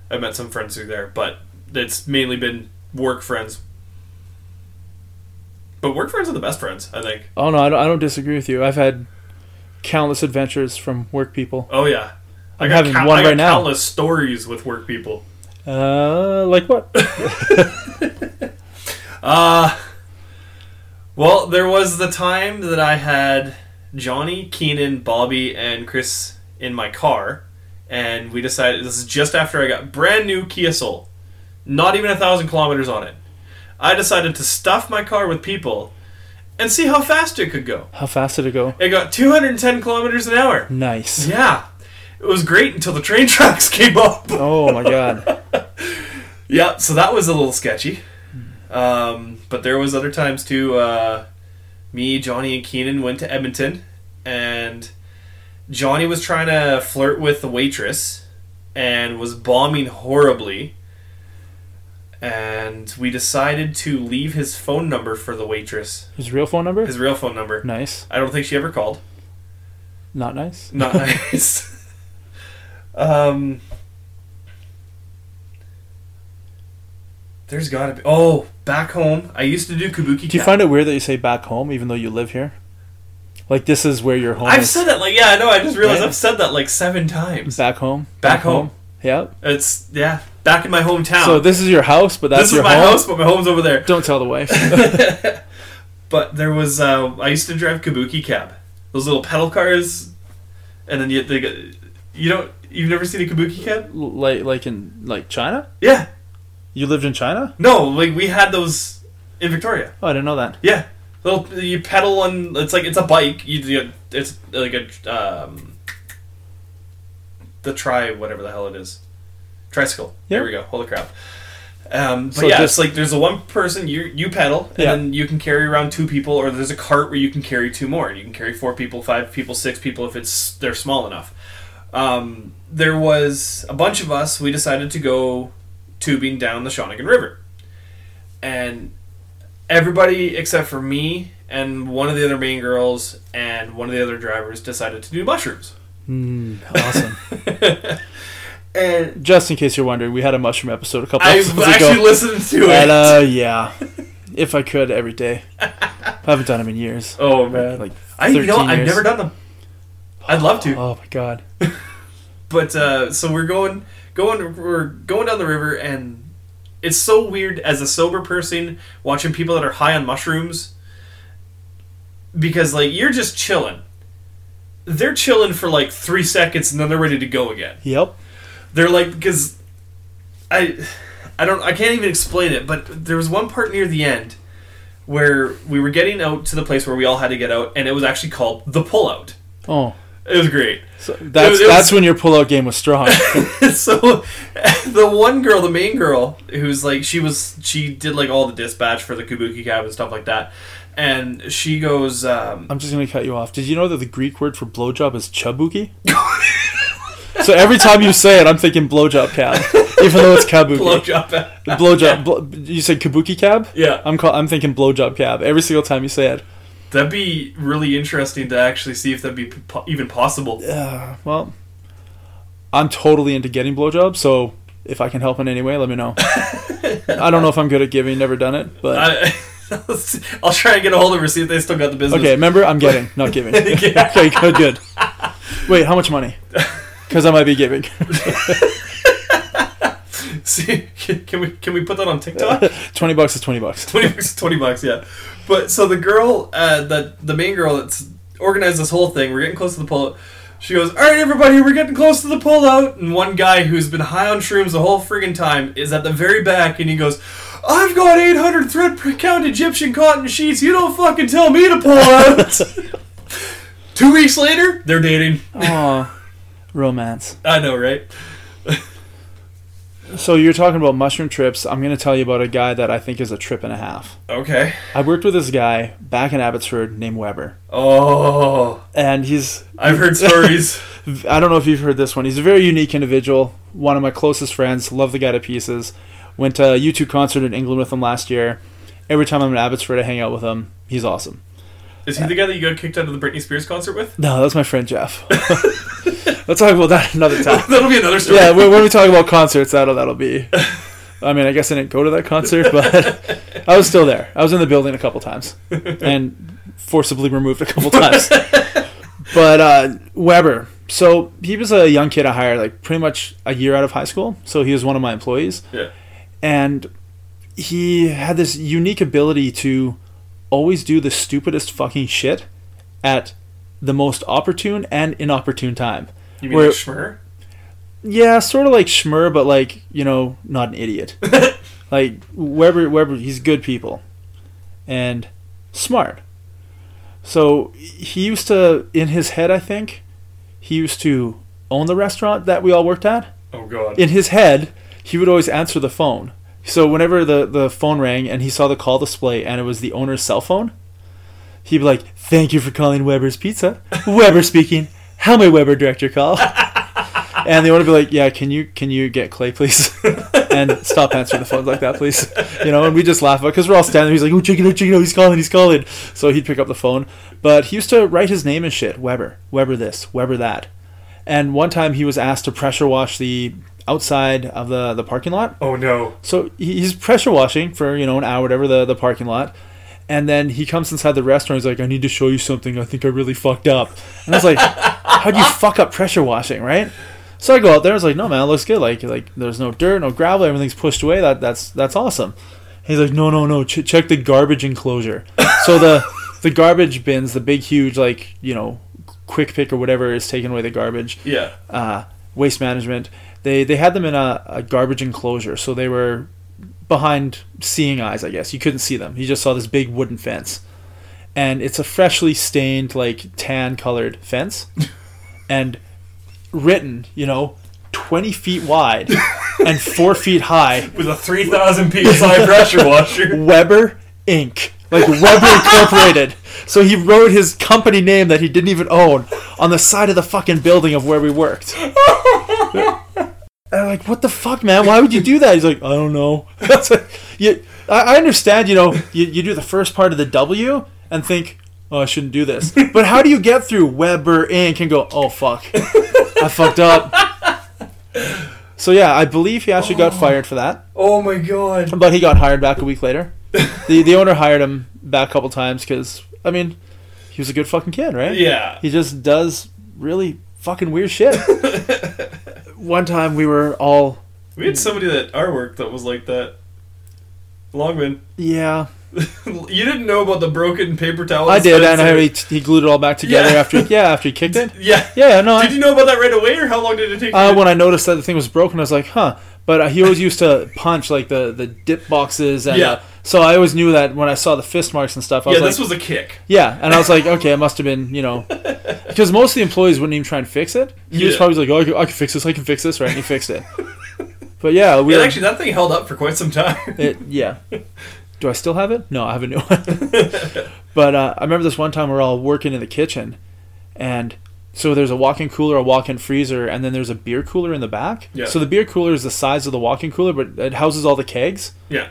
Speaker 2: I met some friends through there, but it's mainly been work friends. But work friends are the best friends, I think.
Speaker 1: Oh no, I don't, I don't disagree with you. I've had countless adventures from work people.
Speaker 2: Oh yeah,
Speaker 1: I'm
Speaker 2: got
Speaker 1: having
Speaker 2: count-
Speaker 1: one
Speaker 2: I got
Speaker 1: right now.
Speaker 2: Countless stories with work people.
Speaker 1: Uh, like what?
Speaker 2: Uh, well, there was the time that I had Johnny, Keenan, Bobby, and Chris in my car, and we decided this is just after I got brand new Kia Soul, not even a thousand kilometers on it. I decided to stuff my car with people and see how fast it could go.
Speaker 1: How fast did it go?
Speaker 2: It got 210 kilometers an hour.
Speaker 1: Nice.
Speaker 2: Yeah, it was great until the train tracks came up.
Speaker 1: Oh my god.
Speaker 2: Yeah, so that was a little sketchy. Um, but there was other times too. Uh, me, Johnny, and Keenan went to Edmonton, and Johnny was trying to flirt with the waitress, and was bombing horribly. And we decided to leave his phone number for the waitress,
Speaker 1: His real phone number?
Speaker 2: his real phone number.
Speaker 1: Nice.
Speaker 2: I don't think she ever called.
Speaker 1: Not nice.
Speaker 2: Not nice. um, there's gotta be. Oh, back home. I used to do Kabuki.
Speaker 1: Do you
Speaker 2: Cat.
Speaker 1: find it weird that you say back home even though you live here? Like this is where your home
Speaker 2: I've
Speaker 1: is.
Speaker 2: said that like yeah. I know. I just realized
Speaker 1: Right?
Speaker 2: I've said that like seven times.
Speaker 1: back home.
Speaker 2: Back home.
Speaker 1: Yep.
Speaker 2: It's yeah. Back in my hometown.
Speaker 1: So this is your house, but that's
Speaker 2: this
Speaker 1: your
Speaker 2: is my
Speaker 1: home.
Speaker 2: house, but my home's over there.
Speaker 1: Don't tell the wife.
Speaker 2: But there was uh, I used to drive Kabuki cab, those little pedal cars, and then you they got you don't you've never seen a Kabuki cab?
Speaker 1: like like in like China?
Speaker 2: Yeah.
Speaker 1: You lived in China?
Speaker 2: No, like we had those in Victoria.
Speaker 1: Oh, I didn't know that.
Speaker 2: Yeah, little you pedal on. It's like it's a bike. You, you it's like a um, the tri whatever the hell it is, tricycle. There
Speaker 1: Yeah.
Speaker 2: we go. Holy crap. Um, but
Speaker 1: So
Speaker 2: yeah,
Speaker 1: just-
Speaker 2: it's like there's a one person you you pedal, and
Speaker 1: Yeah.
Speaker 2: then you can carry around two people, or there's a cart where you can carry two more. You can carry four people, five people, six people if it's they're small enough. Um, there was a bunch of us. We decided to go tubing down the Shawnigan River, and everybody except for me and one of the other main girls and one of the other drivers decided to do mushrooms.
Speaker 1: Mm, awesome.
Speaker 2: And
Speaker 1: Just in case you're wondering, we had a mushroom episode a couple
Speaker 2: I
Speaker 1: episodes
Speaker 2: actually
Speaker 1: ago.
Speaker 2: listened to it.
Speaker 1: And, uh, yeah, if I could every day. I haven't done them in years.
Speaker 2: oh man,
Speaker 1: Like
Speaker 2: I you know
Speaker 1: 13
Speaker 2: I've
Speaker 1: years.
Speaker 2: never done them. I'd love to.
Speaker 1: Oh my god.
Speaker 2: But uh, so we're going, going, we're going down the river, and it's so weird as a sober person watching people that are high on mushrooms, because like you're just chilling. They're chilling for like three seconds, and then they're ready to go again.
Speaker 1: Yep.
Speaker 2: They're like because I, I don't, I can't even explain it. But there was one part near the end where we were getting out to the place where we all had to get out, and it was actually called the pullout.
Speaker 1: Oh,
Speaker 2: It was great.
Speaker 1: so that's
Speaker 2: it was-
Speaker 1: that's when your pullout game was strong.
Speaker 2: so the one girl, the main girl, who's like she was she did like all the dispatch for the Kabuki cab and stuff like that. And she goes, um,
Speaker 1: I'm just gonna cut you off. Did you know that the Greek word for blowjob is chabuki? so every time you say it, I'm thinking blowjob cab, even though it's kabuki.
Speaker 2: blowjob.
Speaker 1: The blowjob. Bl- you said kabuki cab.
Speaker 2: Yeah.
Speaker 1: I'm call- I'm thinking blowjob cab every single time you say it.
Speaker 2: That'd be really interesting to actually see if that'd be po- even possible.
Speaker 1: Uh, well, I'm totally into getting blowjobs, so if I can help in any way, let me know. I don't know if I'm good at giving, never done it, but
Speaker 2: I, I'll try and get a hold of her, see if they still got the business.
Speaker 1: okay. Remember, I'm getting, not giving.
Speaker 2: Yeah.
Speaker 1: Okay, good, good. Wait, how much money? Because I might be giving.
Speaker 2: See, can, can we can we put that on TikTok?
Speaker 1: twenty bucks is twenty bucks.
Speaker 2: twenty bucks, twenty bucks, yeah. But so the girl, uh, the the main girl that's organized this whole thing, we're getting close to the pull. She goes, "All right, everybody, we're getting close to the pullout." And one guy who's been high on shrooms the whole friggin' time is at the very back, and he goes, "I've got 800 thread per count Egyptian cotton sheets. You don't fucking tell me to pull out." Two weeks later, they're dating.
Speaker 1: Aw, romance.
Speaker 2: I know, right?
Speaker 1: So you're talking about mushroom trips. I'm gonna tell you about a guy that I think is a trip and a half.
Speaker 2: Okay.
Speaker 1: I worked with this guy back in Abbotsford named Weber,
Speaker 2: Oh,
Speaker 1: and he's
Speaker 2: I've heard stories.
Speaker 1: I don't know if you've heard this one. He's a very unique individual. One of my closest friends. Love the guy to pieces. Went to a U2 concert in England with him last year. Every time I'm in Abbotsford, I hang out with him. He's awesome.
Speaker 2: Is he the guy that you got kicked out of the Britney Spears concert with?
Speaker 1: No, that's my friend Jeff. Let's talk about that another time.
Speaker 2: That'll be another story.
Speaker 1: Yeah, when, when we talk about concerts, that'll that'll be. I mean, I guess I didn't go to that concert, but I was still there. I was in the building a couple times and forcibly removed a couple times. But uh, Weber, so he was a young kid I hired, like pretty much a year out of high school. So he was one of my employees,
Speaker 2: Yeah.
Speaker 1: and he had this unique ability to always do the stupidest fucking shit at the most opportune and inopportune time.
Speaker 2: You mean
Speaker 1: Where-
Speaker 2: like Schmer?
Speaker 1: Yeah, sort of like Schmer, but like you know, not an idiot. like Weber, Weber, he's good people, and smart. So he used to, in his head, I think, he used to own the restaurant that we all worked at.
Speaker 2: Oh god.
Speaker 1: In his head, he would always answer the phone. So whenever the the phone rang and he saw the call display and it was the owner's cell phone, he'd be like, "Thank you for calling Weber's Pizza. Weber speaking. How may Weber direct your call?" and the owner would be like, "Yeah, can you can you get Clay, please?" and stop answering the phones like that, please. You know, and we just laugh about because we're all standing. there. He's like, "Oh, check it out, check it out. He's calling. He's calling." So he'd pick up the phone, but he used to write his name and shit. Weber, Weber, this, Weber, that. And one time he was asked to pressure wash the outside of the the parking lot.
Speaker 2: oh no.
Speaker 1: So he- he's pressure washing for you know an hour, whatever the the parking lot, and then he comes inside the restaurant. He's like, "I need to show you something. I think I really fucked up." And I was like, "How do you fuck up pressure washing, right?" So I go out there. I was like, "No, man, it looks good. Like like there's no dirt, no gravel. Everything's pushed away. That that's that's awesome." He's like, "No, no, no. Ch- check the garbage enclosure." So the the garbage bins, the big huge like you know quick pick or whatever is taking away the garbage
Speaker 2: Yeah.
Speaker 1: uh, waste management. They they had them in a, a garbage enclosure, so they were behind seeing eyes. I guess you couldn't see them. You just saw this big wooden fence, and it's a freshly stained, like tan colored fence, and written, you know, twenty feet wide and four feet high.
Speaker 2: With a 3000 psi pressure washer.
Speaker 1: Weber Inc. Like Weber Incorporated. So he wrote his company name that he didn't even own on the side of the fucking building of where we worked. And I'm like, what the fuck, man? Why would you do that? He's like, I don't know. It's like, you, I, I understand, you know, you, you do the first part of the W and think, oh, I shouldn't do this. But how do you get through Weber Inc. and go, oh, fuck, I fucked up? So yeah, I believe he actually got fired for that.
Speaker 2: Oh my god.
Speaker 1: But he got hired back a week later. the The owner hired him back a couple times because I mean, he was a good fucking kid, right?
Speaker 2: Yeah.
Speaker 1: He just does really fucking weird shit. One time we were all
Speaker 2: We had somebody at our work that was like that. Longman.
Speaker 1: yeah.
Speaker 2: you didn't know about the broken paper towel.
Speaker 1: I did,
Speaker 2: that
Speaker 1: and I, he, he glued it all back together
Speaker 2: Yeah.
Speaker 1: after yeah after he kicked it.
Speaker 2: Yeah.
Speaker 1: Yeah, no. I,
Speaker 2: Did you know about that right away, or how long did it take?
Speaker 1: uh,
Speaker 2: you?
Speaker 1: when I noticed that the thing was broken, I was like, huh. But uh, he always used to punch like the the dip boxes and.
Speaker 2: Yeah.
Speaker 1: Uh, so I always knew that when I saw the fist marks and stuff, I
Speaker 2: yeah,
Speaker 1: was like,
Speaker 2: this was a kick.
Speaker 1: Yeah, and I was like, okay, it must have been, you know, because most of the employees wouldn't even try and fix it. He was
Speaker 2: Yeah.
Speaker 1: probably like, oh, I can, I can fix this, I can fix this, right? And he fixed it. But yeah, we
Speaker 2: Yeah,
Speaker 1: were,
Speaker 2: actually, that thing held up for quite some time.
Speaker 1: it, yeah. Do I still have it? No, I have a new one. but uh, I remember this one time we are all working in the kitchen, and so there's a walk-in cooler, a walk-in freezer, and then there's a beer cooler in the back.
Speaker 2: Yeah.
Speaker 1: So the beer cooler is the size of the walk-in cooler, but it houses all the kegs
Speaker 2: yeah.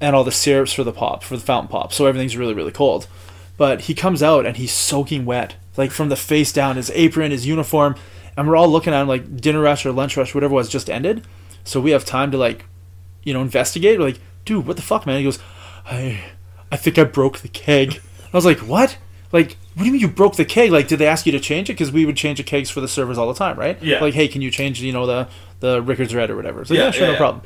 Speaker 1: and all the syrups for the pop for the fountain pop so everything's really really cold but he comes out and he's soaking wet like from the face down his apron his uniform and we're all looking at him like dinner rush or lunch rush whatever was just ended so we have time to like you know investigate we're like dude what the fuck man he goes i i think i broke the keg i was like what like what do you mean you broke the keg like did they ask you to change it because we would change the kegs for the servers all the time right
Speaker 2: Yeah.
Speaker 1: like hey can you change you know the the rickards red or whatever so yeah,
Speaker 2: Yeah,
Speaker 1: sure
Speaker 2: yeah,
Speaker 1: no
Speaker 2: yeah.
Speaker 1: problem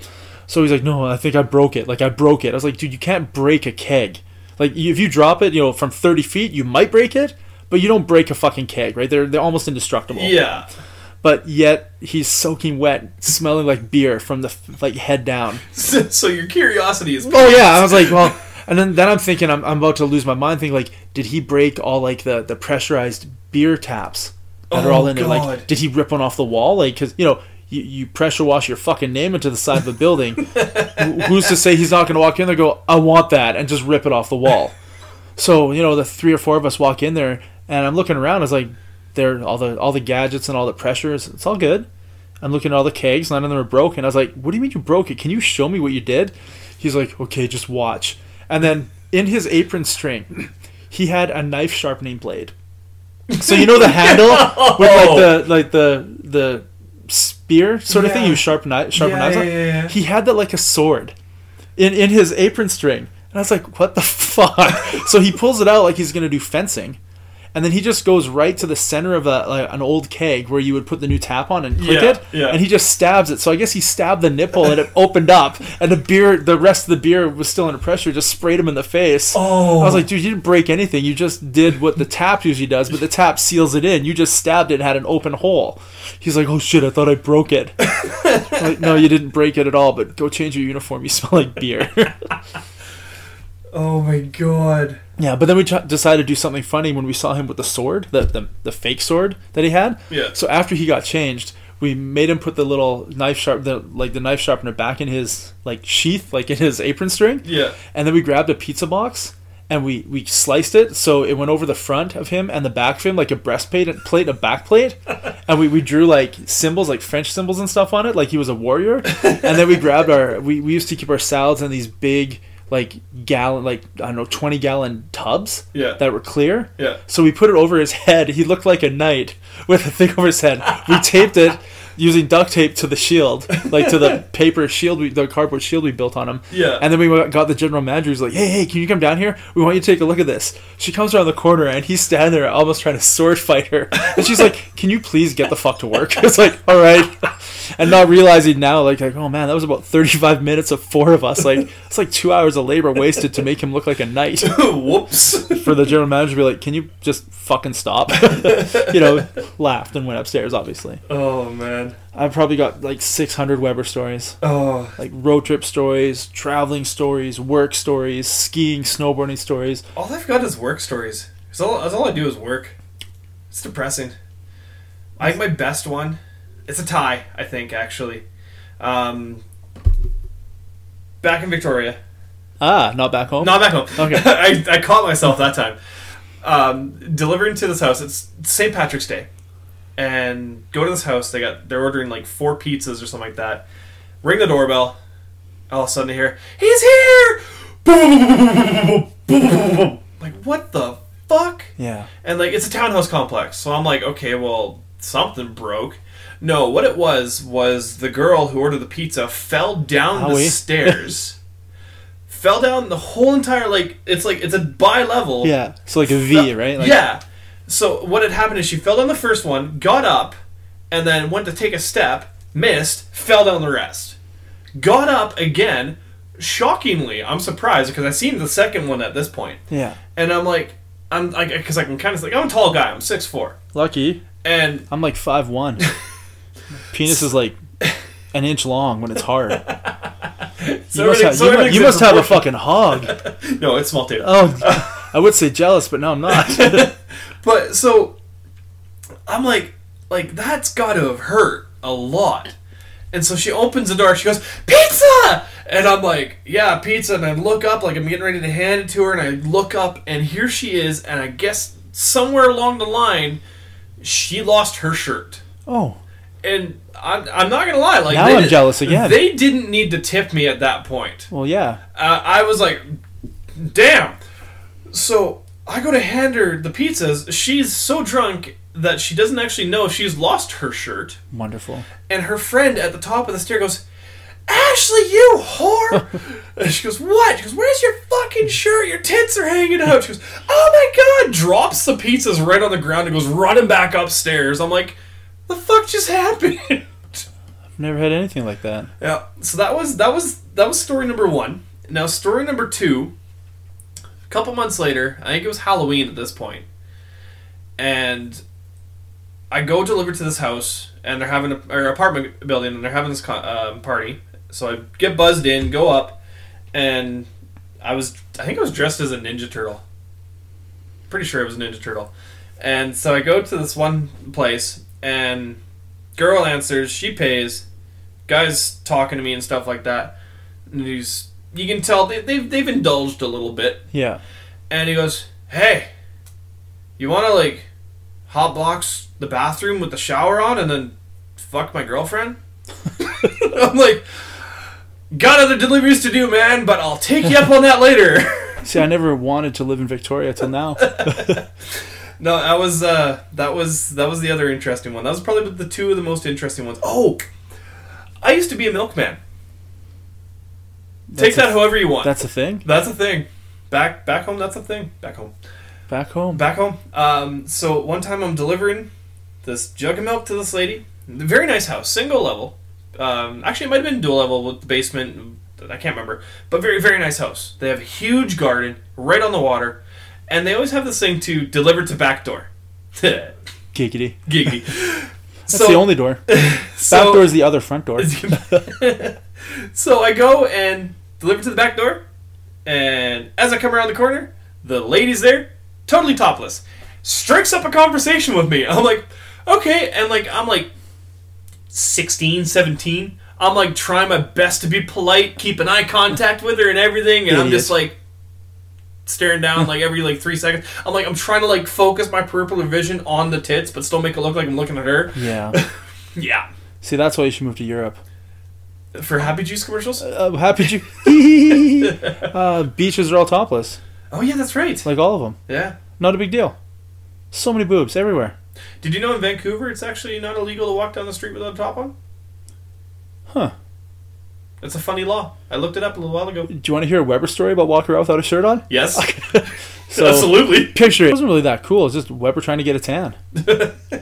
Speaker 1: so he's like, no, I think I broke it. Like I broke it. I was like, dude, you can't break a keg. Like you- if you drop it, you know, from thirty feet, you might break it, but you don't break a fucking keg, right? They're they're almost indestructible.
Speaker 2: Yeah.
Speaker 1: But yet he's soaking wet, smelling like beer from the f- like head down.
Speaker 2: So, so your curiosity is.
Speaker 1: Oh yeah, I was like, well, and then then I'm thinking I'm I'm about to lose my mind. Thinking like, did he break all like the the pressurized beer taps that are
Speaker 2: Oh,
Speaker 1: all in there?
Speaker 2: God.
Speaker 1: Like, did he rip one off the wall? Like, because you know. You, you pressure wash your fucking name into the side of the building. Wh- Who's to say he's not going to walk in there? and Go, I want that, and just rip it off the wall. So you know, the three or four of us walk in there, and I'm looking around. It's like there all the all the gadgets and all the pressures. It's all good. I'm looking at all the kegs. None of them are broken. I was like, "What do you mean you broke it? Can you show me what you did?" He's like, "Okay, just watch." And then in his apron string, he had a knife sharpening blade. So you know the handle with like the like the the spear sort of thing
Speaker 2: Yeah.
Speaker 1: you sharpen kni- sharpen
Speaker 2: Yeah,
Speaker 1: knives.
Speaker 2: yeah,
Speaker 1: on?
Speaker 2: yeah, yeah.
Speaker 1: He had that like a sword in in his apron string, and I was like, "What the fuck?" so he pulls it out like he's gonna do fencing, and then he just goes right to the center of a, like, an old keg where you would put the new tap on and click
Speaker 2: Yeah,
Speaker 1: it,
Speaker 2: yeah.
Speaker 1: and he just stabs it. So I guess he stabbed the nipple and it opened up, and the beer, the rest of the beer was still under pressure, just sprayed him in the face.
Speaker 2: Oh.
Speaker 1: I was like, dude, you didn't break anything. You just did what the tap usually does, but the tap seals it in. You just stabbed it and had an open hole. He's like, oh shit, I thought I broke it. I'm like, no, you didn't break it at all, but go change your uniform. You smell like beer.
Speaker 2: Oh my god.
Speaker 1: Yeah, but then we t- decided to do something funny when we saw him with the sword, the, the the fake sword that he had.
Speaker 2: Yeah.
Speaker 1: So after he got changed, we made him put the little knife sharp, the like the knife sharpener back in his like sheath, like in his apron string.
Speaker 2: Yeah.
Speaker 1: And then we grabbed a pizza box and we we sliced it so it went over the front of him and the back of him like a breastplate and plate and a back plate and we, we drew like symbols like french symbols and stuff on it like he was a warrior and then we grabbed our we, we used to keep our salads in these big like gallon like i don't know 20 gallon tubs
Speaker 2: Yeah.
Speaker 1: that were clear
Speaker 2: Yeah.
Speaker 1: so we put it over his head he looked like a knight with a thing over his head we taped it using duct tape to the shield like to the paper shield we, the cardboard shield we built on him
Speaker 2: Yeah.
Speaker 1: and then we went- got the general manager. He's like, "Hey, hey, can you come down here? We want you to take a look at this." She comes around the corner, and he's standing there, almost trying to sword fight her. And she's like, "Can you please get the fuck to work?" It's like, "All right," and not realizing now, like, like, "Oh man, that was about thirty-five minutes of four of us. Like, it's like two hours of labor wasted to make him look like a knight."
Speaker 2: Whoops.
Speaker 1: For the general manager to be like, "Can you just fucking stop?" you know, laughed and went upstairs. Obviously,
Speaker 2: Oh man.
Speaker 1: I've probably got like six hundred Weber stories
Speaker 2: Oh.
Speaker 1: like road trip stories, traveling stories, work stories, skiing, snowboarding stories.
Speaker 2: All I've got is work stories. That's all, that's all I do is work. It's depressing. I think my best one. It's a tie, I think, actually. Um, back in Victoria.
Speaker 1: Ah, not back home.
Speaker 2: Not back home.
Speaker 1: Okay.
Speaker 2: I, I caught myself that time. Um, delivering to this house. It's St. Patrick's Day, and go to this house. They got they're ordering like four pizzas or something like that. Ring the doorbell. All of a sudden, I hear he's here. Boom, boom, boom, boom, boom, boom, boom, boom, boom, boom, boom. Like what the fuck?
Speaker 1: yeah.
Speaker 2: And like it's a townhouse complex, so I'm like, okay, well something broke. No, what it was was the girl who ordered the pizza fell down
Speaker 1: Owie.
Speaker 2: the stairs, fell down the whole entire like it's like it's a bi level.
Speaker 1: Yeah. So like a V, right? Like,
Speaker 2: yeah. So what had happened is she fell down the first one, got up, and then went to take a step, missed, fell down the rest, got up again. Shockingly, I'm surprised because I seen the second one at this point.
Speaker 1: Yeah.
Speaker 2: And I'm like, I'm like, because I can kind of like, I'm a tall guy. I'm six four,
Speaker 1: Lucky.
Speaker 2: and
Speaker 1: I'm like five one. Penis is like an inch long when it's hard.
Speaker 2: so
Speaker 1: you must,
Speaker 2: everything-
Speaker 1: have,
Speaker 2: so
Speaker 1: you mu-
Speaker 2: everything's
Speaker 1: you
Speaker 2: in
Speaker 1: must have a
Speaker 2: proportion.
Speaker 1: fucking hog.
Speaker 2: No, it's small tape.
Speaker 1: Oh, I would say jealous, but no, I'm not.
Speaker 2: But so I'm like, like that's got to have hurt a lot. And so she opens the door. She goes, "Pizza!" And I'm like, "Yeah, pizza." And I look up, like I'm getting ready to hand it to her, and I look up, and here she is. And I guess somewhere along the line, she lost her shirt.
Speaker 1: oh,
Speaker 2: And I'm, I'm not gonna lie, like
Speaker 1: Now
Speaker 2: they
Speaker 1: I'm
Speaker 2: di-
Speaker 1: jealous again.
Speaker 2: They didn't need to tip me at that point.
Speaker 1: well, yeah.
Speaker 2: Uh, I was like, damn. So I go to hand her the pizzas. She's so drunk that she doesn't actually know she's lost her shirt.
Speaker 1: Wonderful.
Speaker 2: And her friend at the top of the stair goes, Ashley, you whore! and she goes, What? She goes, Where's your fucking shirt? Your tits are hanging out. She goes, Oh my god! Drops the pizzas right on the ground and goes running back upstairs. I'm like, The fuck just happened?
Speaker 1: I've never had anything like that.
Speaker 2: Yeah. So that was that was that was story number one. Now story number two. A couple months later, I think it was Halloween at this point, and I go deliver to this house, and they're having a or apartment building, and they're having this con- um, party. So I get buzzed in, go up, and I was I think I was dressed as a Ninja Turtle. Pretty sure it was a Ninja Turtle, and so I go to this one place, and girl answers, she pays, guys talking to me and stuff like that. And he's, you can tell they, they've they've indulged a little bit.
Speaker 1: Yeah.
Speaker 2: And he goes, "Hey, you want to like hot box the bathroom with the shower on and then fuck my girlfriend?" I'm like, "Got other deliveries to do, man, but I'll take you up on that later."
Speaker 1: See, I never wanted to live in Victoria till now.
Speaker 2: No, that was uh, that was that was the other interesting one. That was probably the two of the most interesting ones. Oh, I used to be a milkman.
Speaker 1: That's
Speaker 2: Take
Speaker 1: a-
Speaker 2: that however you want.
Speaker 1: That's a thing.
Speaker 2: That's a thing. Back back home, that's a thing. Back home.
Speaker 1: Back home.
Speaker 2: back home. Um, so one time I'm delivering this jug of milk to this lady. Very nice house, single level. Um, actually, it might have been dual level with the basement. I can't remember, but very very nice house. They have a huge garden right on the water, and they always have this thing to deliver to back door. Giggity.
Speaker 1: Giggity. That's
Speaker 2: so,
Speaker 1: the only door.
Speaker 2: so-
Speaker 1: Back door is the other front door.
Speaker 2: so I go and deliver to the back door, and as I come around the corner, the lady's there, totally topless, strikes up a conversation with me. I'm like, okay, and like I'm like 16, 17. I'm like trying my best to be polite, keep an eye contact with her and everything, and I'm
Speaker 1: Idiot.
Speaker 2: just like staring down like every like three seconds. I'm like I'm trying to like focus my peripheral vision on the tits, but still make it look like I'm looking at her.
Speaker 1: Mm. Yeah.
Speaker 2: Yeah.
Speaker 1: See, that's why you should move to Europe.
Speaker 2: For happy juice commercials?
Speaker 1: Uh, happy Jew. uh, beaches are all topless,
Speaker 2: Oh yeah, that's right.
Speaker 1: like all of them.
Speaker 2: Yeah.
Speaker 1: Not a big deal. So many boobs everywhere.
Speaker 2: Did you know in Vancouver it's actually not illegal to walk down the street without a top on?
Speaker 1: Huh.
Speaker 2: It's a funny law. I looked it up a little while ago.
Speaker 1: Do you want to hear a Weber story about walking around without a shirt on?
Speaker 2: Yes.
Speaker 1: So,
Speaker 2: Absolutely.
Speaker 1: picture it. It wasn't really that cool. It's just Weber trying to get a tan.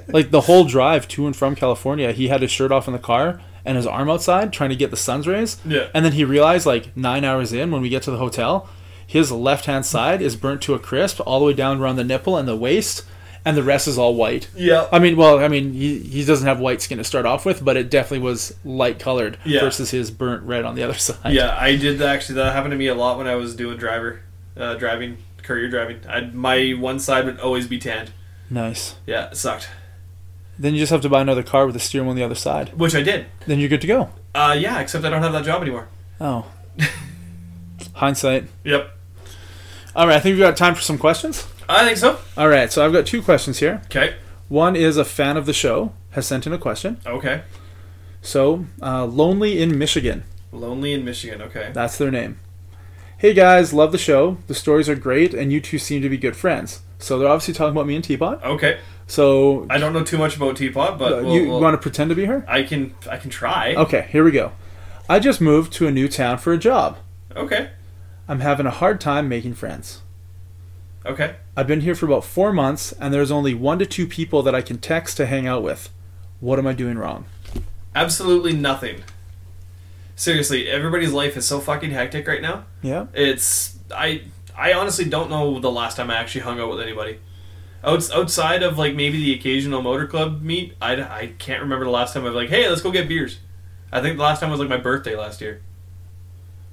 Speaker 1: like the whole drive to and from California, he had his shirt off in the car and his arm outside trying to get the sun's rays.
Speaker 2: Yeah.
Speaker 1: And then he realized, like nine hours in, when we get to the hotel, his left hand side is burnt to a crisp all the way down around the nipple and the waist, and the rest is all white.
Speaker 2: Yeah.
Speaker 1: I mean, well, I mean, he, he doesn't have white skin to start off with, but it definitely was light colored
Speaker 2: Yeah.
Speaker 1: versus his burnt red on the other side.
Speaker 2: yeah, I did that actually. That happened to me a lot when I was doing driver, uh, driving, courier driving. I my one side would always be tanned.
Speaker 1: Nice.
Speaker 2: Yeah, it sucked.
Speaker 1: Then you just have to buy another car with a steering wheel on the other side.
Speaker 2: Which I did.
Speaker 1: Then you're good to go.
Speaker 2: Uh, yeah, except I don't have that job anymore.
Speaker 1: Oh. Hindsight.
Speaker 2: Yep.
Speaker 1: All right, I think we've got time for some questions.
Speaker 2: I think so.
Speaker 1: All right, so I've got two questions here.
Speaker 2: Okay.
Speaker 1: One is a fan of the show has sent in a question.
Speaker 2: Okay.
Speaker 1: So, uh, Lonely in Michigan,
Speaker 2: Lonely in Michigan. Okay.
Speaker 1: that's their name. Hey guys, love the show. The stories are great, and you two seem to be good friends. So, they're obviously talking about me and Teapot.
Speaker 2: Okay.
Speaker 1: So,
Speaker 2: I don't know too much about teapot, but
Speaker 1: uh,
Speaker 2: we'll-
Speaker 1: you
Speaker 2: we'll-
Speaker 1: want to pretend to be her?
Speaker 2: I can I can try.
Speaker 1: Okay, here we go. I just moved to a new town for a job.
Speaker 2: Okay.
Speaker 1: I'm having a hard time making friends.
Speaker 2: Okay.
Speaker 1: I've been here for about four months, and there's only one to two people that I can text to hang out with. What am I doing wrong?
Speaker 2: Absolutely nothing. Seriously, everybody's life is so fucking hectic right now.
Speaker 1: Yeah.
Speaker 2: It's I I honestly don't know the last time I actually hung out with anybody. Outs- outside of like maybe the occasional motor club meet, I, I can't remember the last time I was like, hey, let's go get beers. I think the last time was like my birthday last year.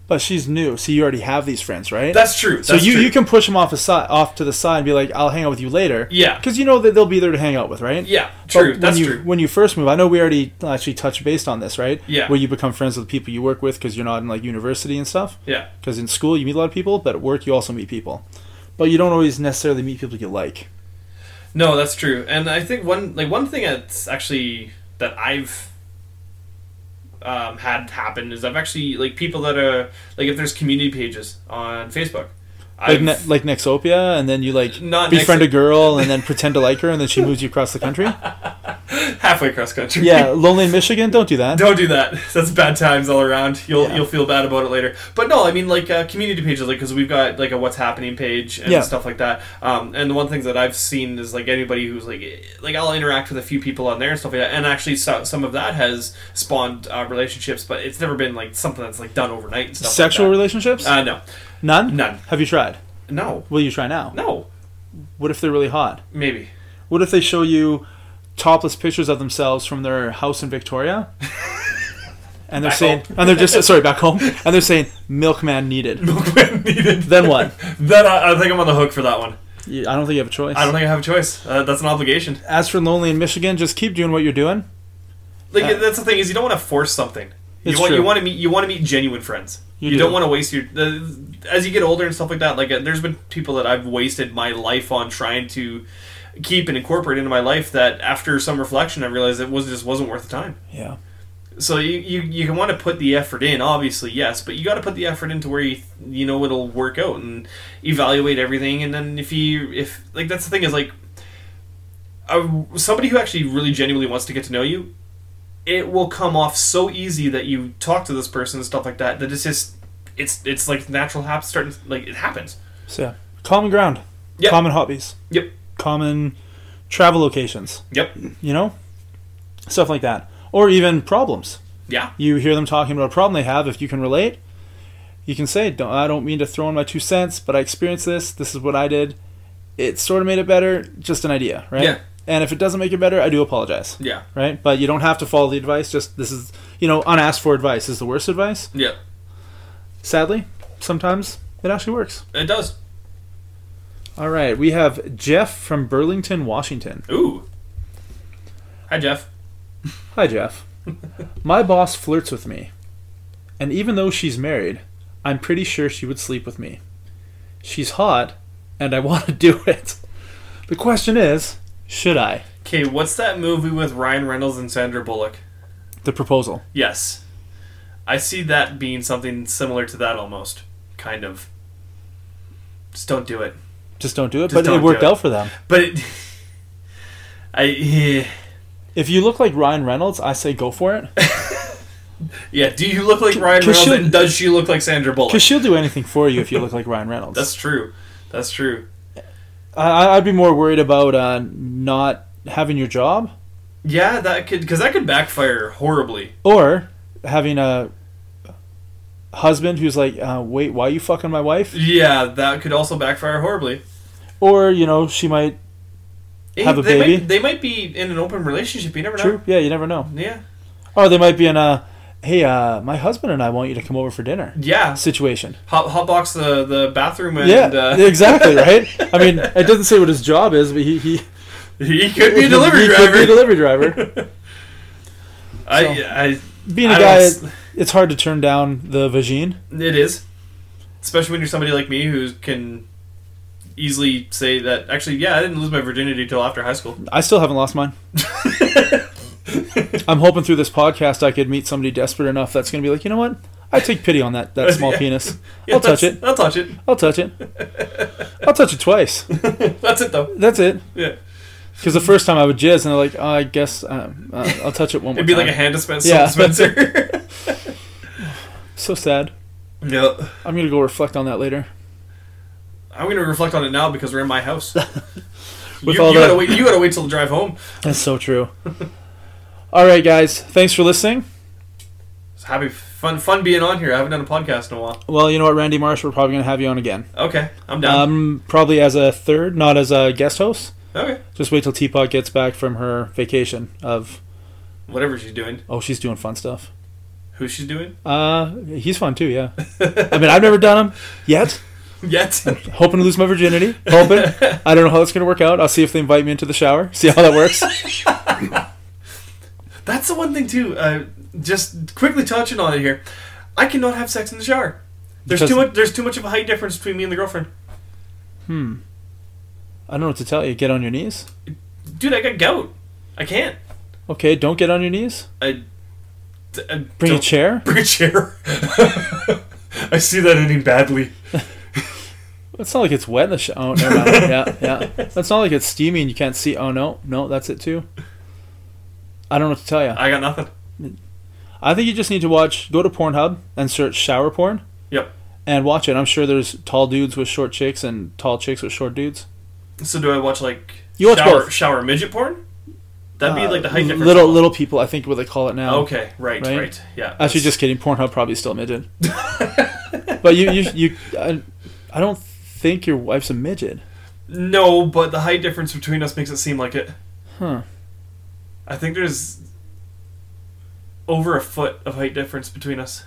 Speaker 1: But she's new, so you already have these friends, right?
Speaker 2: That's true.
Speaker 1: so
Speaker 2: that's
Speaker 1: you,
Speaker 2: true.
Speaker 1: you can push them off, aside, off to the side and be like, I'll hang out with you later.
Speaker 2: Yeah.
Speaker 1: Because you know that they'll be there to hang out with, right?
Speaker 2: yeah,
Speaker 1: But
Speaker 2: true.
Speaker 1: when
Speaker 2: That's
Speaker 1: you,
Speaker 2: true.
Speaker 1: When you first move, I know we already actually touched based on this, right?
Speaker 2: Yeah.
Speaker 1: Where you become friends with the people you work with because you're not in like university and stuff.
Speaker 2: Yeah,
Speaker 1: Because in school you meet a lot of people, but at work you also meet people. But you don't always necessarily meet people you like.
Speaker 2: no, that's true. And I think one like one thing that's actually that I've um, had happen is I've actually like people that are like if there's community pages on Facebook,
Speaker 1: Like,
Speaker 2: I've
Speaker 1: ne- like Nexopia, and then you like
Speaker 2: Not
Speaker 1: befriend
Speaker 2: Nexo-
Speaker 1: a girl and then pretend to like her, and then she moves you across the country.
Speaker 2: halfway across country.
Speaker 1: Yeah, lonely in Michigan. Don't do that.
Speaker 2: Don't do that. That's bad times all around. You'll
Speaker 1: Yeah.
Speaker 2: you'll feel bad about it later. But no, I mean like uh, community pages, like because we've got like a what's happening page and
Speaker 1: Yeah.
Speaker 2: stuff like that. Um, and the one thing that I've seen is like anybody who's like eh, like I'll interact with a few people on there and stuff like that. And actually, so, some of that has spawned uh, relationships, but it's never been like something that's like done overnight and stuff.
Speaker 1: Sexual
Speaker 2: Like
Speaker 1: relationships?
Speaker 2: that. Uh, no,
Speaker 1: none.
Speaker 2: none.
Speaker 1: Have you tried?
Speaker 2: no,
Speaker 1: Will you try now?
Speaker 2: no.
Speaker 1: What if they're really hot?
Speaker 2: Maybe
Speaker 1: What if they show you topless pictures of themselves from their house in Victoria? And they're
Speaker 2: Back
Speaker 1: saying,
Speaker 2: home.
Speaker 1: and they're just sorry, back home. And they're saying, "Milkman needed."
Speaker 2: needed.
Speaker 1: Then what?
Speaker 2: Then I, I think I'm on the hook for that one.
Speaker 1: You- I don't think you have a choice.
Speaker 2: I don't think I have a choice. Uh, that's an obligation.
Speaker 1: As for lonely in Michigan, just keep doing what you're doing.
Speaker 2: Like
Speaker 1: Uh,
Speaker 2: that's the thing is you don't want to force something. You
Speaker 1: It's
Speaker 2: want you
Speaker 1: true.
Speaker 2: want to meet you want to meet genuine friends. You,
Speaker 1: You
Speaker 2: do. not
Speaker 1: do.
Speaker 2: want to waste your uh, as you get older and stuff like that. Like uh, there's been people that I've wasted my life on trying to keep and incorporate into my life that after some reflection I realized it was just wasn't worth the time.
Speaker 1: Yeah.
Speaker 2: So you you, you can want to put the effort in, obviously yes, but you got to put the effort into where you you know it'll work out and evaluate everything. And then if you if like that's the thing is like a, somebody who actually really genuinely wants to get to know you, it will come off so easy that you talk to this person and stuff like that that it's just it's it's like natural hap starting like it happens.
Speaker 1: So yeah. common ground.
Speaker 2: Yep.
Speaker 1: Common hobbies.
Speaker 2: Yep.
Speaker 1: Common travel locations.
Speaker 2: Yep.
Speaker 1: You know, stuff like that, or even problems.
Speaker 2: Yeah.
Speaker 1: You hear them talking about a problem they have. If you can relate, you can say, don't, "I don't mean to throw in my two cents, but I experienced this. This is what I did. It sort of made it better. Just an idea, right?
Speaker 2: Yeah.
Speaker 1: And if it doesn't make it better, I do apologize,
Speaker 2: Yeah.
Speaker 1: right? But you don't have to follow the advice. Just this is, you know, unasked for advice is the worst advice.
Speaker 2: Yeah.
Speaker 1: Sadly, sometimes it actually works.
Speaker 2: It does.
Speaker 1: All right, we have Jeff from Burlington, Washington.
Speaker 2: Ooh. Hi, Jeff.
Speaker 1: Hi, Jeff. My boss flirts with me, and even though she's married, I'm pretty sure she would sleep with me. She's hot, and I want to do it. The question is, should I?
Speaker 2: Okay, what's that movie with Ryan Reynolds and Sandra Bullock?
Speaker 1: The proposal.
Speaker 2: Yes. I see that being something similar to that almost. Kind of. Just don't do it.
Speaker 1: Just don't do it,
Speaker 2: Just
Speaker 1: but
Speaker 2: don't
Speaker 1: it
Speaker 2: do
Speaker 1: worked
Speaker 2: it.
Speaker 1: out for them.
Speaker 2: But it. I. Yeah.
Speaker 1: If you look like Ryan Reynolds, I say go for it.
Speaker 2: Yeah, do you look like Ryan
Speaker 1: 'cause
Speaker 2: Reynolds
Speaker 1: she'll-
Speaker 2: and does she look like Sandra Bullock?
Speaker 1: Because she'll do anything for you if you look like Ryan Reynolds.
Speaker 2: That's true. That's true.
Speaker 1: I, I'd be more worried about uh, not having your job
Speaker 2: Yeah, that could. Because that could backfire horribly.
Speaker 1: or having a husband who's like, uh, wait, why you fucking my wife?
Speaker 2: Yeah, that could also backfire horribly.
Speaker 1: Or, you know, she might. Have a
Speaker 2: they
Speaker 1: baby?
Speaker 2: Might, they might be in an open relationship. You never know.
Speaker 1: True. Yeah, you never know.
Speaker 2: Yeah.
Speaker 1: Or they might be in a, hey, uh, my husband and I want you to come over for dinner
Speaker 2: Yeah.
Speaker 1: situation.
Speaker 2: Hot, hotbox the, the bathroom and.
Speaker 1: yeah,
Speaker 2: Uh,
Speaker 1: exactly, right? I mean, it doesn't say what his job is, but he. he
Speaker 2: He could be a
Speaker 1: he
Speaker 2: delivery
Speaker 1: could be a
Speaker 2: driver.
Speaker 1: delivery driver.
Speaker 2: I,
Speaker 1: so-
Speaker 2: I,
Speaker 1: Being a
Speaker 2: I
Speaker 1: guy,
Speaker 2: don't
Speaker 1: it's hard to turn down the vagine.
Speaker 2: it is, especially when you're somebody like me who can easily say that. Actually, yeah, I didn't lose my virginity till after high school.
Speaker 1: I still haven't lost mine. I'm hoping through this podcast I could meet somebody desperate enough that's going to be like, you know what? I take pity on that, that small
Speaker 2: Yeah.
Speaker 1: penis.
Speaker 2: Yeah,
Speaker 1: I'll touch
Speaker 2: that's-
Speaker 1: it.
Speaker 2: I'll touch it.
Speaker 1: I'll touch it. I'll touch it twice.
Speaker 2: That's it though.
Speaker 1: That's it.
Speaker 2: Yeah,
Speaker 1: Because the first time I would jizz, and they're like, oh, I guess uh, uh, I'll touch it one more
Speaker 2: it'd be
Speaker 1: time.
Speaker 2: like a hand dispenser.
Speaker 1: Yeah.
Speaker 2: dispenser.
Speaker 1: so sad.
Speaker 2: no,
Speaker 1: I'm gonna go reflect on that later.
Speaker 2: I'm gonna reflect on it now because we're in my house.
Speaker 1: With
Speaker 2: you,
Speaker 1: all
Speaker 2: you
Speaker 1: the-
Speaker 2: gotta wait. You gotta wait till the drive home.
Speaker 1: That's so true. All right, guys. Thanks for listening.
Speaker 2: It's happy, fun, fun being on here. I haven't done a podcast in a while.
Speaker 1: Well, you know what, Randy Marsh, we're probably gonna have you on again.
Speaker 2: Okay, I'm down.
Speaker 1: Um, probably as a third, not as a guest host.
Speaker 2: okay,
Speaker 1: Just wait till Teapot gets back from her vacation. Of
Speaker 2: whatever she's doing,
Speaker 1: oh, she's doing fun stuff.
Speaker 2: who she's doing
Speaker 1: Uh, he's fun too. Yeah. I mean, I've never done him yet.
Speaker 2: yet.
Speaker 1: Hoping to lose my virginity. Hoping. I don't know how it's gonna work out. I'll see if they invite me into the shower. See how that works.
Speaker 2: That's the one thing too. Uh, just quickly touching on it here, I cannot have sex in the shower. There's
Speaker 1: Because-
Speaker 2: too much. There's too much of a height difference between me and the girlfriend.
Speaker 1: I don't know what to tell you. Get on your knees.
Speaker 2: Dude, I got gout. I can't.
Speaker 1: Okay, don't get on your knees.
Speaker 2: I, d- I
Speaker 1: Bring a
Speaker 2: don't-
Speaker 1: chair.
Speaker 2: Bring a chair. I see that ending badly.
Speaker 1: It's not like it's wet in the shower. Oh, never mind. yeah, yeah. That's not like it's steamy and you can't see. Oh no, no, that's it too. I don't know what to tell you.
Speaker 2: I got nothing.
Speaker 1: I think you just need to watch. Go to Pornhub and search shower porn
Speaker 2: Yep.
Speaker 1: and watch it. I'm sure there's tall dudes with short chicks and tall chicks with short dudes.
Speaker 2: So do I watch like
Speaker 1: You watch
Speaker 2: shower
Speaker 1: both.
Speaker 2: shower midget porn? That'd be
Speaker 1: Uh,
Speaker 2: like the height difference.
Speaker 1: little little people. I think what they call it now.
Speaker 2: Okay. Right.
Speaker 1: Right?
Speaker 2: Right. Yeah.
Speaker 1: Actually, just kidding. Pornhub probably still a midget. but you you you. I, I don't think your wife's a midget.
Speaker 2: no, but the height difference between us makes it seem like it.
Speaker 1: Huh.
Speaker 2: I think there's over a foot of height difference between us.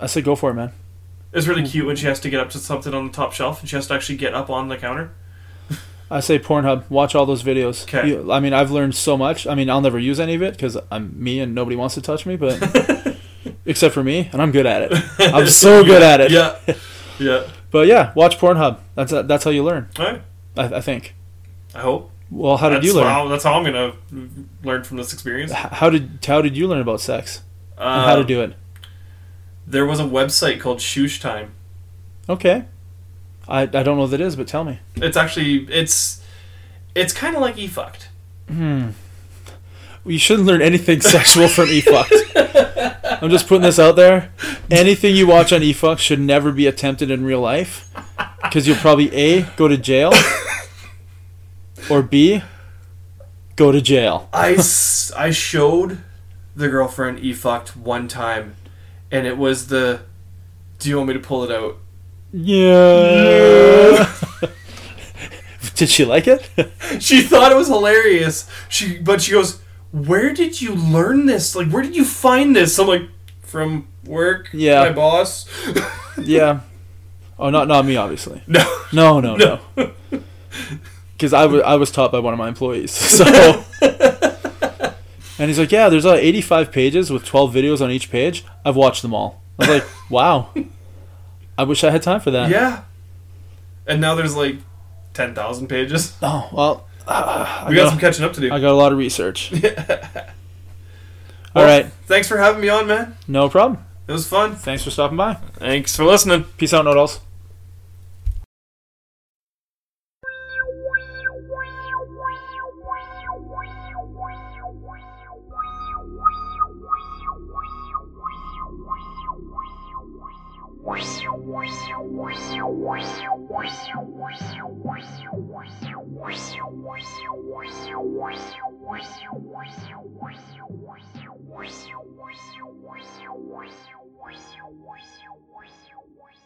Speaker 1: I said go for it, man.
Speaker 2: It's
Speaker 1: Hmm.
Speaker 2: really cute when she has to get up to something on the top shelf and she has to actually get up on the counter.
Speaker 1: I say Pornhub. Watch all those videos.
Speaker 2: 'Kay.
Speaker 1: You- I mean, I've learned so much. I mean, I'll never use any of it because I'm me and nobody wants to touch me, but except for me, and I'm good at it. I'm so good at it.
Speaker 2: Yeah. Yeah.
Speaker 1: But yeah, watch Pornhub. That's that's how you learn.
Speaker 2: All right.
Speaker 1: I, I think.
Speaker 2: I hope.
Speaker 1: Well, how did
Speaker 2: that's
Speaker 1: you learn?
Speaker 2: How, that's how I'm going to learn from this experience.
Speaker 1: H- How did how did you learn about sex and
Speaker 2: Uh,
Speaker 1: how to do it?
Speaker 2: There was a website called Shoosh Time.
Speaker 1: Okay. I, I don't know what it is, but tell me.
Speaker 2: It's actually it's it's kind of like e fucked.
Speaker 1: You shouldn't learn anything sexual from E eFucked. I'm E just putting this out there. Anything you watch on eFucked should never be attempted in real life Because you'll probably A, go to jail, or B, go to jail.
Speaker 2: I, s- I showed the girlfriend e fucked one time, and it was the. Do you want me to pull it out?
Speaker 1: Yeah. Did she like it?
Speaker 2: She thought it was hilarious. She, but she goes, "Where did you learn this? Like, where did you find this?" I'm like, "From work.
Speaker 1: Yeah.
Speaker 2: my boss."
Speaker 1: yeah. Oh, not not me, obviously.
Speaker 2: no,
Speaker 1: No, no, no. Because I was I was taught by one of my employees. So. and he's like, yeah, there's like 85 pages with 12 videos on each page. I've watched them all. I was like, wow. I wish I had time for that.
Speaker 2: yeah. And now there's like ten thousand pages.
Speaker 1: Oh well.
Speaker 2: We
Speaker 1: I
Speaker 2: got
Speaker 1: got-
Speaker 2: some catching up to do.
Speaker 1: I got a lot of research. All
Speaker 2: Well,
Speaker 1: right,
Speaker 2: Thanks for having me on, man.
Speaker 1: no problem.
Speaker 2: It was fun.
Speaker 1: Thanks for stopping by.
Speaker 2: Thanks for listening.
Speaker 1: Peace out, Noodles.
Speaker 3: Thank you.